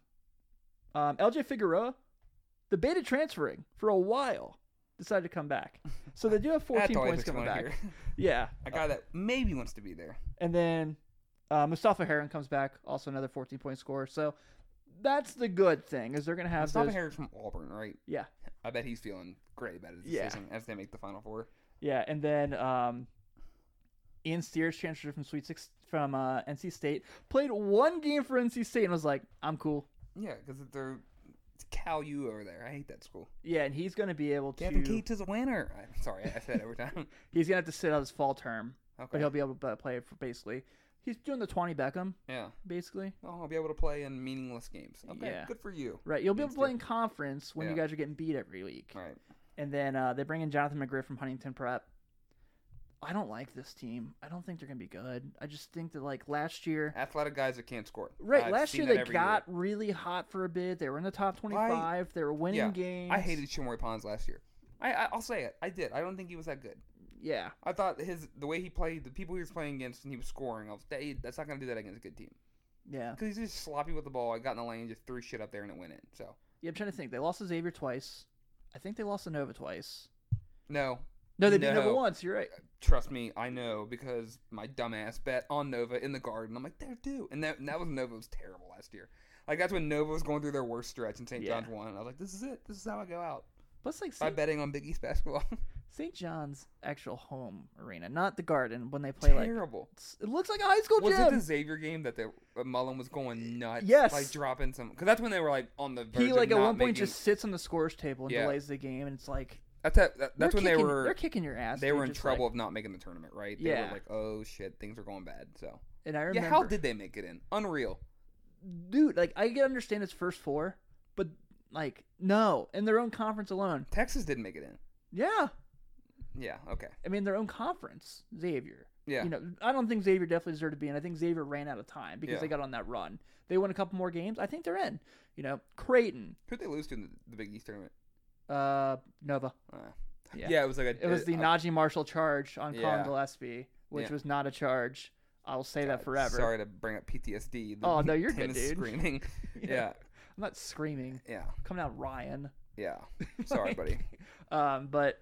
Speaker 1: Um, LJ Figueroa, debated transferring for a while, decided to come back. So they do have 14
Speaker 2: That's all I
Speaker 1: points
Speaker 2: just
Speaker 1: coming
Speaker 2: wanna
Speaker 1: back.
Speaker 2: hear.
Speaker 1: Yeah.
Speaker 2: a guy that maybe wants to be there.
Speaker 1: And then uh, Mustafa Heron comes back, also another 14 point scorer. So that's the good thing is they're going to have
Speaker 2: Mustafa
Speaker 1: those.
Speaker 2: Harris from Auburn, right?
Speaker 1: Yeah.
Speaker 2: I bet he's feeling great about his
Speaker 1: Yeah.
Speaker 2: decision as they make the Final Four.
Speaker 1: Yeah, and then um, Ian Steers transferred from Sweet Six from uh, NC State. Played one game for NC State and was like, "I'm cool."
Speaker 2: Yeah, because they're it's Cal U over there. I hate that school.
Speaker 1: Yeah, and he's gonna be able to.
Speaker 2: Gavin Keats is a winner. I'm sorry, I said it every time.
Speaker 1: He's gonna have to sit out his fall term, but
Speaker 2: Okay.
Speaker 1: he'll be able to play for basically. He's doing the twenty Beckham,
Speaker 2: Yeah.
Speaker 1: basically.
Speaker 2: Oh, I'll be able to play in meaningless games. Okay.
Speaker 1: Yeah.
Speaker 2: Good for you.
Speaker 1: Right, you'll be able
Speaker 2: Means
Speaker 1: to play in conference when you
Speaker 2: Yeah.
Speaker 1: guys are getting beat every week.
Speaker 2: All right.
Speaker 1: And then uh, they bring in Jonathan McGriff from Huntington Prep. I don't like this team. I don't think they're gonna be good. I just think that like last year,
Speaker 2: Athletic guys that can't score.
Speaker 1: right?
Speaker 2: I've
Speaker 1: last
Speaker 2: seen
Speaker 1: year
Speaker 2: that
Speaker 1: they
Speaker 2: every
Speaker 1: got really hot for a bit. They were in the top twenty-five. they were winning
Speaker 2: yeah,
Speaker 1: games.
Speaker 2: I hated Shamori Pons last year. I, I I'll say it. I did. I don't think he was that good.
Speaker 1: Yeah,
Speaker 2: I thought his the way he played, the people he was playing against, and he was scoring. I was that, that's not gonna do that against a good team
Speaker 1: yeah,
Speaker 2: because he's just sloppy with the ball. I got in the lane, just threw shit up there, and it went in. So
Speaker 1: yeah. I'm trying to think. They lost to Xavier twice. I think they lost to Nova twice.
Speaker 2: no,
Speaker 1: No, they beat Nova
Speaker 2: No.
Speaker 1: once. You're right.
Speaker 2: trust me, I know because my dumbass bet on Nova in the garden. I'm like, they're due, and that and that was Nova was terrible last year. Like that's when Nova was going through their worst stretch, and St.
Speaker 1: Yeah.
Speaker 2: John's won. I was like, this is it. This is how I go out
Speaker 1: Plus, like
Speaker 2: by
Speaker 1: St.
Speaker 2: betting on Big East basketball.
Speaker 1: St. John's actual home arena, not the Garden, when they play like
Speaker 2: terrible.
Speaker 1: it's- it looks like a high school
Speaker 2: Was it
Speaker 1: gym.
Speaker 2: the Xavier game that the uh, Mullen was going nuts?
Speaker 1: Yes.
Speaker 2: like dropping some because that's when they were like on the verge.
Speaker 1: he like
Speaker 2: of
Speaker 1: at
Speaker 2: not
Speaker 1: one point
Speaker 2: making-
Speaker 1: just sits on the scorer's table and
Speaker 2: Yeah.
Speaker 1: delays the game, and it's like
Speaker 2: that's that, that- that's
Speaker 1: they're
Speaker 2: when they
Speaker 1: kicking-
Speaker 2: were
Speaker 1: they're kicking your ass.
Speaker 2: they
Speaker 1: dude,
Speaker 2: were in
Speaker 1: just,
Speaker 2: trouble
Speaker 1: like-
Speaker 2: of not making the tournament, right? They
Speaker 1: Yeah.
Speaker 2: were like, oh shit, things are going bad. So
Speaker 1: and I remember,
Speaker 2: yeah, how did they make it in? Unreal.
Speaker 1: dude? Like I can understand it's first four, but like no, in their own conference alone.
Speaker 2: Texas didn't make it in.
Speaker 1: Yeah,
Speaker 2: Yeah, okay.
Speaker 1: I mean their own conference, Xavier.
Speaker 2: Yeah,
Speaker 1: You know, I don't think Xavier definitely deserved to be in. I think Xavier ran out of time because
Speaker 2: Yeah.
Speaker 1: they got on that run. They won a couple more games. I think they're in. You know, Creighton,
Speaker 2: who'd they lose to in the, the Big East tournament?
Speaker 1: uh, Nova.
Speaker 2: Uh,
Speaker 1: Yeah.
Speaker 2: yeah. it was like a
Speaker 1: It was the
Speaker 2: uh,
Speaker 1: Najee Marshall charge on Colin
Speaker 2: Yeah.
Speaker 1: Gillespie, which
Speaker 2: Yeah. Uh,
Speaker 1: was not a charge. I'll say that forever.
Speaker 2: Sorry to bring up PTSD. the
Speaker 1: Oh, no, you're good,
Speaker 2: tennis
Speaker 1: dude.
Speaker 2: Screaming. yeah,
Speaker 1: I'm not screaming.
Speaker 2: yeah,
Speaker 1: Coming out Ryan.
Speaker 2: yeah. Sorry, buddy.
Speaker 1: Um, but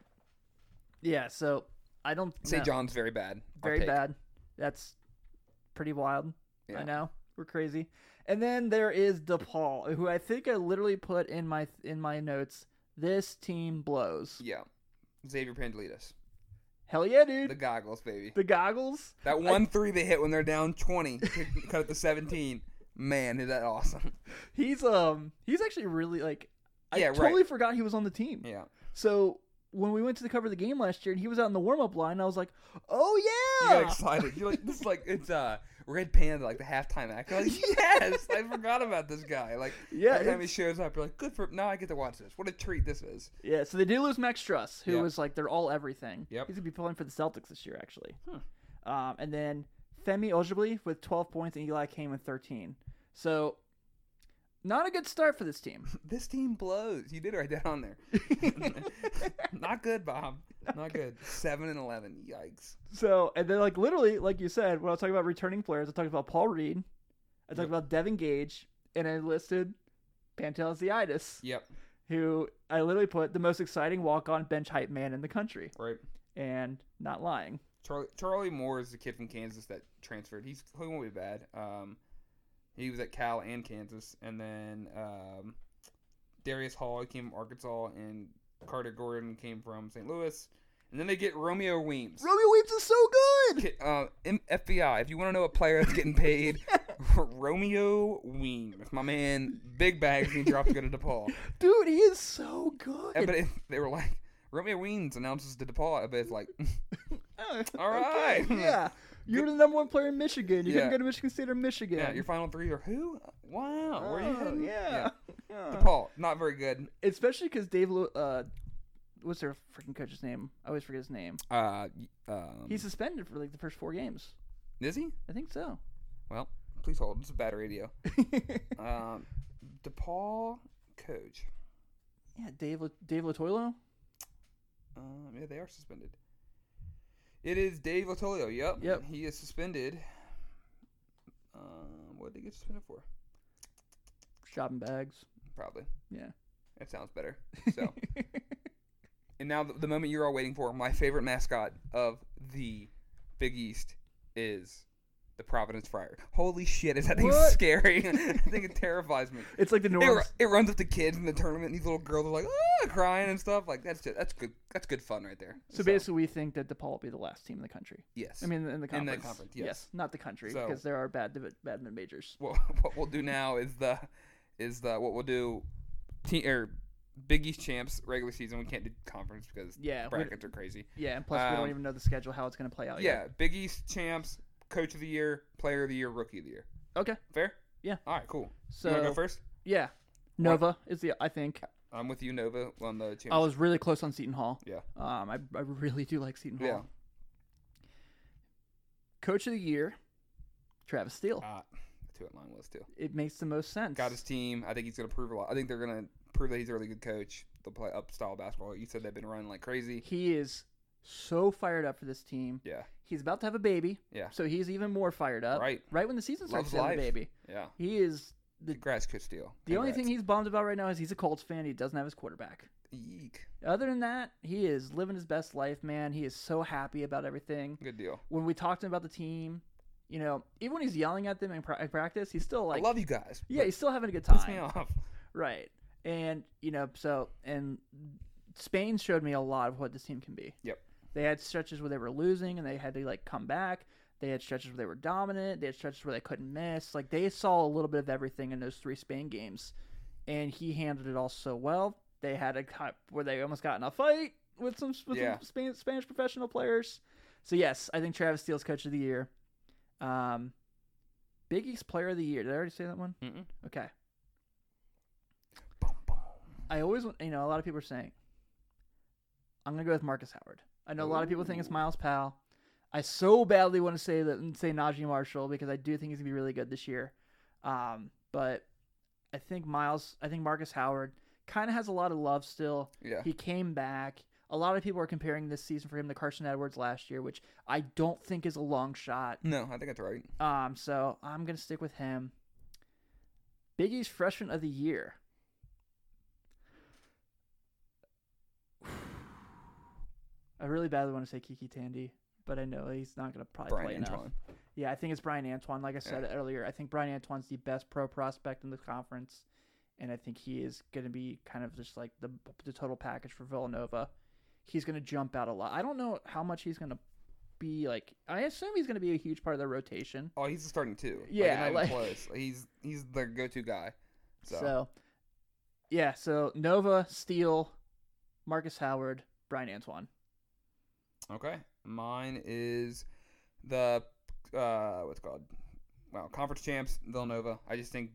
Speaker 1: yeah, so I don't
Speaker 2: St.
Speaker 1: no,
Speaker 2: John's very bad. Our
Speaker 1: very
Speaker 2: take.
Speaker 1: bad. That's pretty wild. I
Speaker 2: Yeah.
Speaker 1: know we're crazy. And then there is DePaul, who I think I literally put in my in my notes. This team blows.
Speaker 2: Yeah, Xavier Pandelitis.
Speaker 1: Hell yeah,
Speaker 2: The
Speaker 1: dude.
Speaker 2: goggles, baby.
Speaker 1: The goggles.
Speaker 2: That one three they hit when they're down twenty, to cut it to seventeen. Man, is that awesome?
Speaker 1: He's um he's actually really like I
Speaker 2: Yeah, right.
Speaker 1: totally forgot he was on the team.
Speaker 2: Yeah.
Speaker 1: So when we went to the cover of the game last year and he was out in the warm up line, I was like, Oh
Speaker 2: You
Speaker 1: yeah
Speaker 2: got excited. You're like, this is like it's uh Red Panda, like the halftime act. You're like, yes, I forgot about this guy. Like
Speaker 1: Yeah,
Speaker 2: every time he
Speaker 1: it's-
Speaker 2: shows up, you're like, good for now I get to watch this. What a treat this is.
Speaker 1: Yeah, so they do lose Max Struss, who
Speaker 2: Yeah.
Speaker 1: was like they're all everything.
Speaker 2: Yep.
Speaker 1: He's gonna be playing for the Celtics this year, actually. Um, and then Femi Ojibwe with 12 points, and Eli Kane with 13. So, not a good start for this team.
Speaker 2: This team blows. You did write that on there. Not good, Bob. Not good. Seven and eleven. Yikes.
Speaker 1: so, and then like literally, like you said, when I was talking about returning players, I talked about Paul Reed, I talked
Speaker 2: Yep.
Speaker 1: about Devin Gage, and I listed Pantelis Ziadis,
Speaker 2: Yep.
Speaker 1: who I literally put the most exciting walk-on bench hype man in the country,
Speaker 2: Right.
Speaker 1: and not lying.
Speaker 2: Charlie Charlie Moore is the kid from Kansas that transferred. He's he won't be bad. Um, he was at Cal and Kansas, and then um, Darius Hall came from Arkansas, and Carter Gordon came from St. Louis, and then they get Romeo Weems.
Speaker 1: Romeo Weems is so good.
Speaker 2: Ki- Uh, M- FBI. If you want to know a player that's getting paid, Romeo Weems, my man, big bags. He dropped to go to DePaul.
Speaker 1: Dude, he is so good.
Speaker 2: And- But it, they were like, Romeo Weems announces to DePaul, but it's like,
Speaker 1: Oh,
Speaker 2: All
Speaker 1: okay,
Speaker 2: right.
Speaker 1: Yeah. You're the number one player in Michigan. You're
Speaker 2: Yeah.
Speaker 1: going to go to Michigan State or Michigan.
Speaker 2: yeah, your final three are who? Wow, where are you
Speaker 1: Oh,
Speaker 2: heading?
Speaker 1: Yeah. Yeah.
Speaker 2: DePaul, not very good.
Speaker 1: Especially because Dave, Lew- uh, what's their freaking coach's name? I always forget his name.
Speaker 2: Uh, y- um,
Speaker 1: He's suspended for like the first four games.
Speaker 2: is he?
Speaker 1: I think so.
Speaker 2: Well, please hold. It's a bad radio. Um, DePaul coach.
Speaker 1: yeah, Dave, La- Dave Latoilo.
Speaker 2: Um, yeah, they are suspended. It is Dave Latolio. Yep.
Speaker 1: Yep.
Speaker 2: He is suspended. Um, what did he get suspended for?
Speaker 1: Shopping bags.
Speaker 2: Probably.
Speaker 1: Yeah.
Speaker 2: That sounds better. So, and now the, the moment you're all waiting for, my favorite mascot of the Big East is the Providence Friar. Holy shit, is that thing
Speaker 1: What?
Speaker 2: scary? I think it terrifies me.
Speaker 1: it's like the
Speaker 2: It, ru-
Speaker 1: Norms.
Speaker 2: it runs up to kids in the tournament. And these little girls are like ah, crying and stuff. Like that's just, that's good. That's good fun right there.
Speaker 1: So basically, we think that DePaul will be the last team in the country.
Speaker 2: yes.
Speaker 1: I mean, in the
Speaker 2: In
Speaker 1: conference.
Speaker 2: the conference, yes.
Speaker 1: not the country,
Speaker 2: So-
Speaker 1: because there are bad divi- badminton majors.
Speaker 2: well, what we'll do now is the is the what we'll do. Te- or Big East champs regular season. We can't do conference because
Speaker 1: Yeah, we- Oh,
Speaker 2: brackets are crazy.
Speaker 1: Yeah, and plus we don't
Speaker 2: Um,
Speaker 1: even know the schedule how it's going to play out
Speaker 2: Yeah,
Speaker 1: yet.
Speaker 2: Big East champs, coach of the year, player of the year, rookie of the year.
Speaker 1: Okay.
Speaker 2: Fair.
Speaker 1: Yeah.
Speaker 2: All right. Cool.
Speaker 1: So
Speaker 2: you want to go first?
Speaker 1: Yeah. Nova is the I think.
Speaker 2: I'm with you, Nova, on the
Speaker 1: I
Speaker 2: champs.
Speaker 1: was really close on Seton Hall.
Speaker 2: Yeah.
Speaker 1: Um I, I really do like Seton Hall.
Speaker 2: Yeah.
Speaker 1: Coach of the year, Travis Steele.
Speaker 2: Ah, that's who it mine was too.
Speaker 1: It makes the most sense.
Speaker 2: Got his team. I think he's going to prove a lot. I think they're going to prove that he's a really good coach. They'll play up style basketball. You said they've been running like crazy.
Speaker 1: He is so fired up for this team.
Speaker 2: Yeah,
Speaker 1: He's about to have a baby,
Speaker 2: yeah,
Speaker 1: so he's even more fired up.
Speaker 2: Right.
Speaker 1: Right when the season starts,
Speaker 2: Loves
Speaker 1: to have a
Speaker 2: life.
Speaker 1: baby.
Speaker 2: yeah.
Speaker 1: He is the
Speaker 2: Congrats, Coach Steele.
Speaker 1: the only thing
Speaker 2: Congrats.
Speaker 1: he's bummed about right now is he's a Colts fan. He doesn't have his quarterback.
Speaker 2: Yeek.
Speaker 1: Other than that, he is living his best life, man. He is so happy about everything.
Speaker 2: Good deal.
Speaker 1: When we talked to him about the team, you know, even when he's yelling at them in pra- in practice, he's still like,
Speaker 2: I love you guys.
Speaker 1: yeah,
Speaker 2: but
Speaker 1: he's still having a good
Speaker 2: piss me
Speaker 1: time.
Speaker 2: off.
Speaker 1: Right. And, you know, so, and Spain showed me a lot of what this team can be.
Speaker 2: Yep.
Speaker 1: They had stretches where they were losing and they had to, like, come back. They had stretches where they were dominant. They had stretches where they couldn't miss. Like, they saw a little bit of everything in those three Spain games. And he handled it all so well. They had a cut where they almost got in a fight with some, with
Speaker 2: Yeah.
Speaker 1: some Span- Spanish professional players. So, yes, I think Travis Steele's coach of the year. Um, Big East player of the year. Did I already say that one?
Speaker 2: Mm-mm.
Speaker 1: Okay.
Speaker 2: Boom, boom.
Speaker 1: I always, want- you know, a lot of people are saying, I'm gonna go with Marcus Howard. I know a lot of people think it's
Speaker 2: Ooh.
Speaker 1: Miles Powell. I so badly want to say that mm, say Najee Marshall because I do think he's gonna be really good this year. Um, but I think Miles, I think Marcus Howard kind of has a lot of love still.
Speaker 2: Yeah,
Speaker 1: He came back. A lot of people are comparing this season for him to Carson Edwards last year, which I don't think is a long shot.
Speaker 2: no, I think that's right.
Speaker 1: Um, so I'm gonna stick with him. Biggie's freshman of the year. I really badly want to say Kiki Tandy, but I know he's not gonna probably play
Speaker 2: Brian
Speaker 1: enough.
Speaker 2: Antoine.
Speaker 1: Yeah, I think it's Brian Antoine. Like I said earlier, I think Brian Antoine's the best pro prospect in the conference, and I think he is going to be kind of just like the the total package for Villanova. He's going to jump out a lot. I don't know how much he's going to be like. I assume he's going to be a huge part of their rotation.
Speaker 2: Oh, he's the starting two.
Speaker 1: Yeah,
Speaker 2: like,
Speaker 1: like-
Speaker 2: not even close. He's he's their go-to guy. So,
Speaker 1: So. yeah, so Nova, Steele, Marcus Howard, Brian Antoine.
Speaker 2: okay, mine is the uh, what's it called wow conference champs Villanova. I just think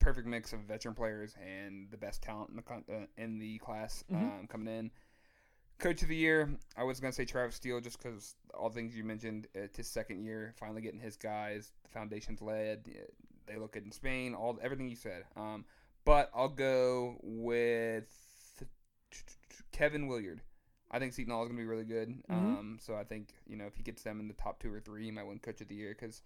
Speaker 2: perfect mix of veteran players and the best talent in the con- uh, in the class
Speaker 1: Mhm.
Speaker 2: um, coming in. Coach of the year, I was gonna say Travis Steele just because all the things you mentioned. It's his second year, finally getting his guys. The foundation's laid. They look good in Spain. All everything you said. Um, but I'll go with Kevin Williard. I think Seton Hall is gonna be really good.
Speaker 1: Mm-hmm.
Speaker 2: Um, so I think you know if he gets them in the top two or three, he might win Coach of the year because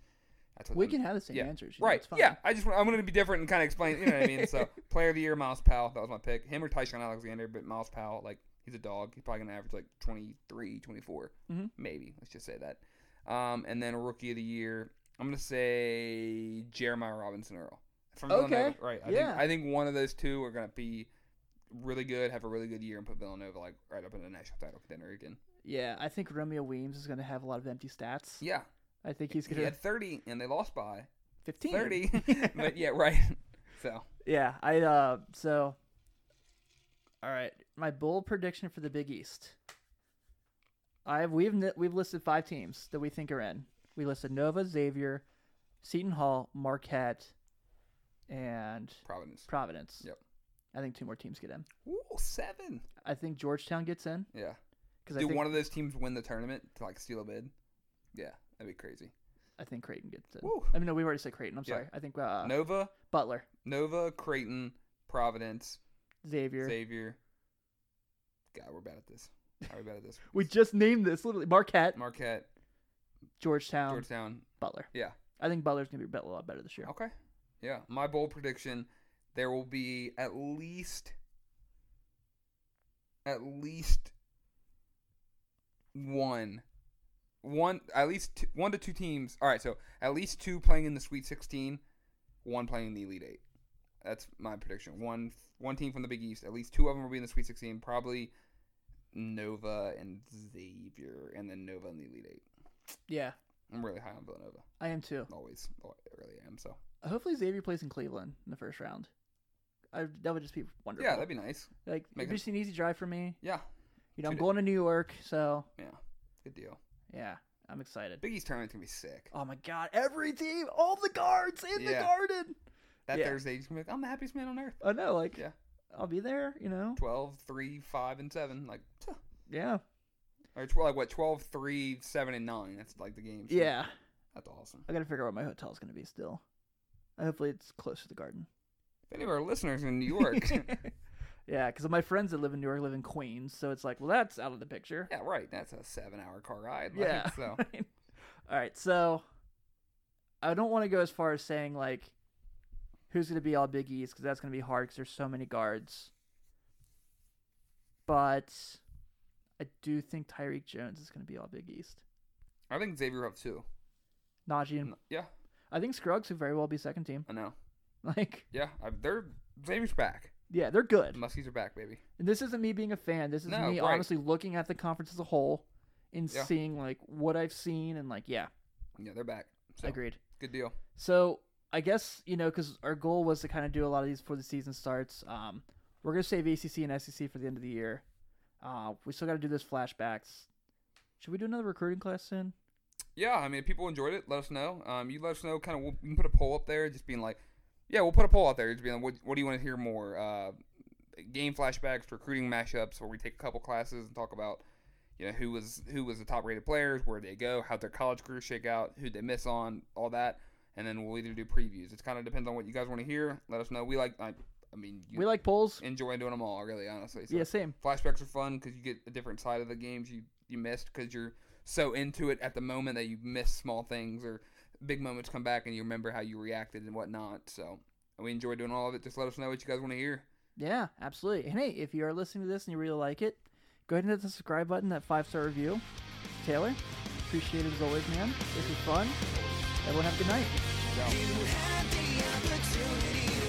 Speaker 2: that's what
Speaker 1: We
Speaker 2: the-
Speaker 1: can have the same
Speaker 2: yeah,
Speaker 1: answers. you know,
Speaker 2: Right.
Speaker 1: it's fine.
Speaker 2: Yeah. I just want- I'm going to be different and kind of explain. You know what I mean? So player of the year, Miles Powell. That was my pick. Him or Tyshawn Alexander, but Miles Powell, like he's a dog. He's probably going to average like 23, 24,
Speaker 1: Mhm.
Speaker 2: maybe. Let's just say that. Um, and then rookie of the year, I'm going to say Jeremiah Robinson Earl from
Speaker 1: Okay.
Speaker 2: Villanova. Right. I
Speaker 1: Yeah.
Speaker 2: Think, I think one of those two are going to be really good, have a really good year, and put Villanova like right up in the national title contender again.
Speaker 1: Yeah, I think Romeo Weems is going to have a lot of empty stats.
Speaker 2: Yeah.
Speaker 1: I think he's going
Speaker 2: He
Speaker 1: to
Speaker 2: had 30, and they lost by
Speaker 1: 15.
Speaker 2: 30. but yeah, right. So
Speaker 1: Yeah, I uh so All right, my bold prediction for the Big East. I've we've ni- we've listed 5 teams that we think are in. We listed Nova, Xavier, Seton Hall, Marquette, and
Speaker 2: Providence.
Speaker 1: Providence.
Speaker 2: Yep.
Speaker 1: I think two more teams get in.
Speaker 2: Ooh, seven.
Speaker 1: I think Georgetown gets in
Speaker 2: Yeah.
Speaker 1: cuz I
Speaker 2: Did
Speaker 1: think
Speaker 2: one of those teams win the tournament to like steal a bid? Yeah, that'd be crazy.
Speaker 1: I think Creighton gets in.
Speaker 2: Woo.
Speaker 1: I mean no, we've already said Creighton. I'm
Speaker 2: Yeah.
Speaker 1: sorry. I think uh,
Speaker 2: Nova,
Speaker 1: Butler,
Speaker 2: Nova, Creighton, Providence,
Speaker 1: Xavier.
Speaker 2: Xavier. God, we're bad at this. How are we bad at this?
Speaker 1: We just named this literally Marquette,
Speaker 2: Marquette,
Speaker 1: Georgetown,
Speaker 2: Georgetown.
Speaker 1: Butler.
Speaker 2: Yeah.
Speaker 1: I think Butler's going to be a lot better this year.
Speaker 2: Okay. Yeah. My bold prediction: there will be at least, at least one, one at least two, one to two teams. All right, so at least two playing in the Sweet Sixteen, one playing in the Elite Eight. That's my prediction. One one team from the Big East. At least two of them will be in the Sweet Sixteen. Probably Nova and Xavier, and then Nova in the Elite Eight.
Speaker 1: Yeah,
Speaker 2: I'm really high on Villanova.
Speaker 1: I am too.
Speaker 2: Always, oh, I really am. So
Speaker 1: Hopefully Xavier plays in Cleveland in the first round. I, that would just be wonderful.
Speaker 2: yeah, that'd be nice.
Speaker 1: like
Speaker 2: make
Speaker 1: it'd be just an easy drive for me.
Speaker 2: Yeah,
Speaker 1: You know, I'm
Speaker 2: Shoot it.
Speaker 1: going to New York, so
Speaker 2: yeah, good deal.
Speaker 1: yeah, I'm excited.
Speaker 2: Big East tournament's gonna be sick.
Speaker 1: Oh my god, every team, all the guards in the
Speaker 2: Yeah.
Speaker 1: garden.
Speaker 2: That
Speaker 1: Yeah.
Speaker 2: Thursday, he's gonna be like, I'm the happiest man on earth.
Speaker 1: I know, Oh, like
Speaker 2: Yeah.
Speaker 1: I'll be there, you know.
Speaker 2: 12, 3, 5, and 7. Like, tuh.
Speaker 1: Yeah.
Speaker 2: Or tw- like what 12, 3, 7, and nine. That's like the games.
Speaker 1: Yeah.
Speaker 2: that's awesome.
Speaker 1: I gotta figure out what my hotel's gonna be still. Uh, Hopefully, it's close to the garden.
Speaker 2: If any of our listeners in New York,
Speaker 1: yeah, because my friends that live in New York live in Queens, so it's like, well, that's out of the picture.
Speaker 2: yeah, right. That's a seven-hour car ride. like,
Speaker 1: Yeah.
Speaker 2: So
Speaker 1: All right, so I don't want to go as far as saying like who's gonna be all Big East because that's gonna be hard because there's so many guards. But I do think Tyreek Jones is gonna be all Big East.
Speaker 2: I think Xavier Huff too.
Speaker 1: Najee and
Speaker 2: N- Yeah,
Speaker 1: I think Scruggs could very well be second team.
Speaker 2: I know.
Speaker 1: Like,
Speaker 2: Yeah, I, they're Xavier's back.
Speaker 1: yeah, they're good.
Speaker 2: The Muskies are back, baby.
Speaker 1: And this isn't me being a fan. This is
Speaker 2: No,
Speaker 1: me
Speaker 2: right.
Speaker 1: honestly looking at the conference as a whole and
Speaker 2: Yeah.
Speaker 1: seeing like what I've seen and like yeah,
Speaker 2: Yeah, they're back. So,
Speaker 1: agreed.
Speaker 2: Good deal.
Speaker 1: So I guess you know because our goal was to kind of do a lot of these before the season starts. Um, we're gonna save ACC and SEC for the end of the year. Uh, we still got to do those flashbacks. Should we do another recruiting class soon?
Speaker 2: Yeah, I mean, if people enjoyed it. Let us know. Um, you let us know. Kind of, we'll, we can put a poll up there, just being like, yeah, we'll put a poll out there, just being like, what, what do you want to hear more? Uh, game flashbacks, recruiting mashups, where we take a couple classes and talk about, you know, who was who was the top rated players, where they go, how their college careers shake out, who they miss on, all that, and then we'll either do previews. It kind of depends on what you guys want to hear. Let us know. We like, I, I mean, you
Speaker 1: We like polls.
Speaker 2: enjoy doing them all, really, honestly. So
Speaker 1: Yeah, same.
Speaker 2: flashbacks are fun because you get a different side of the games you you missed because you're so into it at the moment that you miss small things or big moments come back and you remember how you reacted and whatnot. So we enjoy doing all of it. Just let us know what you guys want to hear.
Speaker 1: Yeah, absolutely. And hey, if you are listening to this and you really like it, go ahead and hit the subscribe button, that five star review. Taylor, appreciate it as always, man. This was fun. Everyone have a good night.
Speaker 2: So-
Speaker 3: You had the opportunity to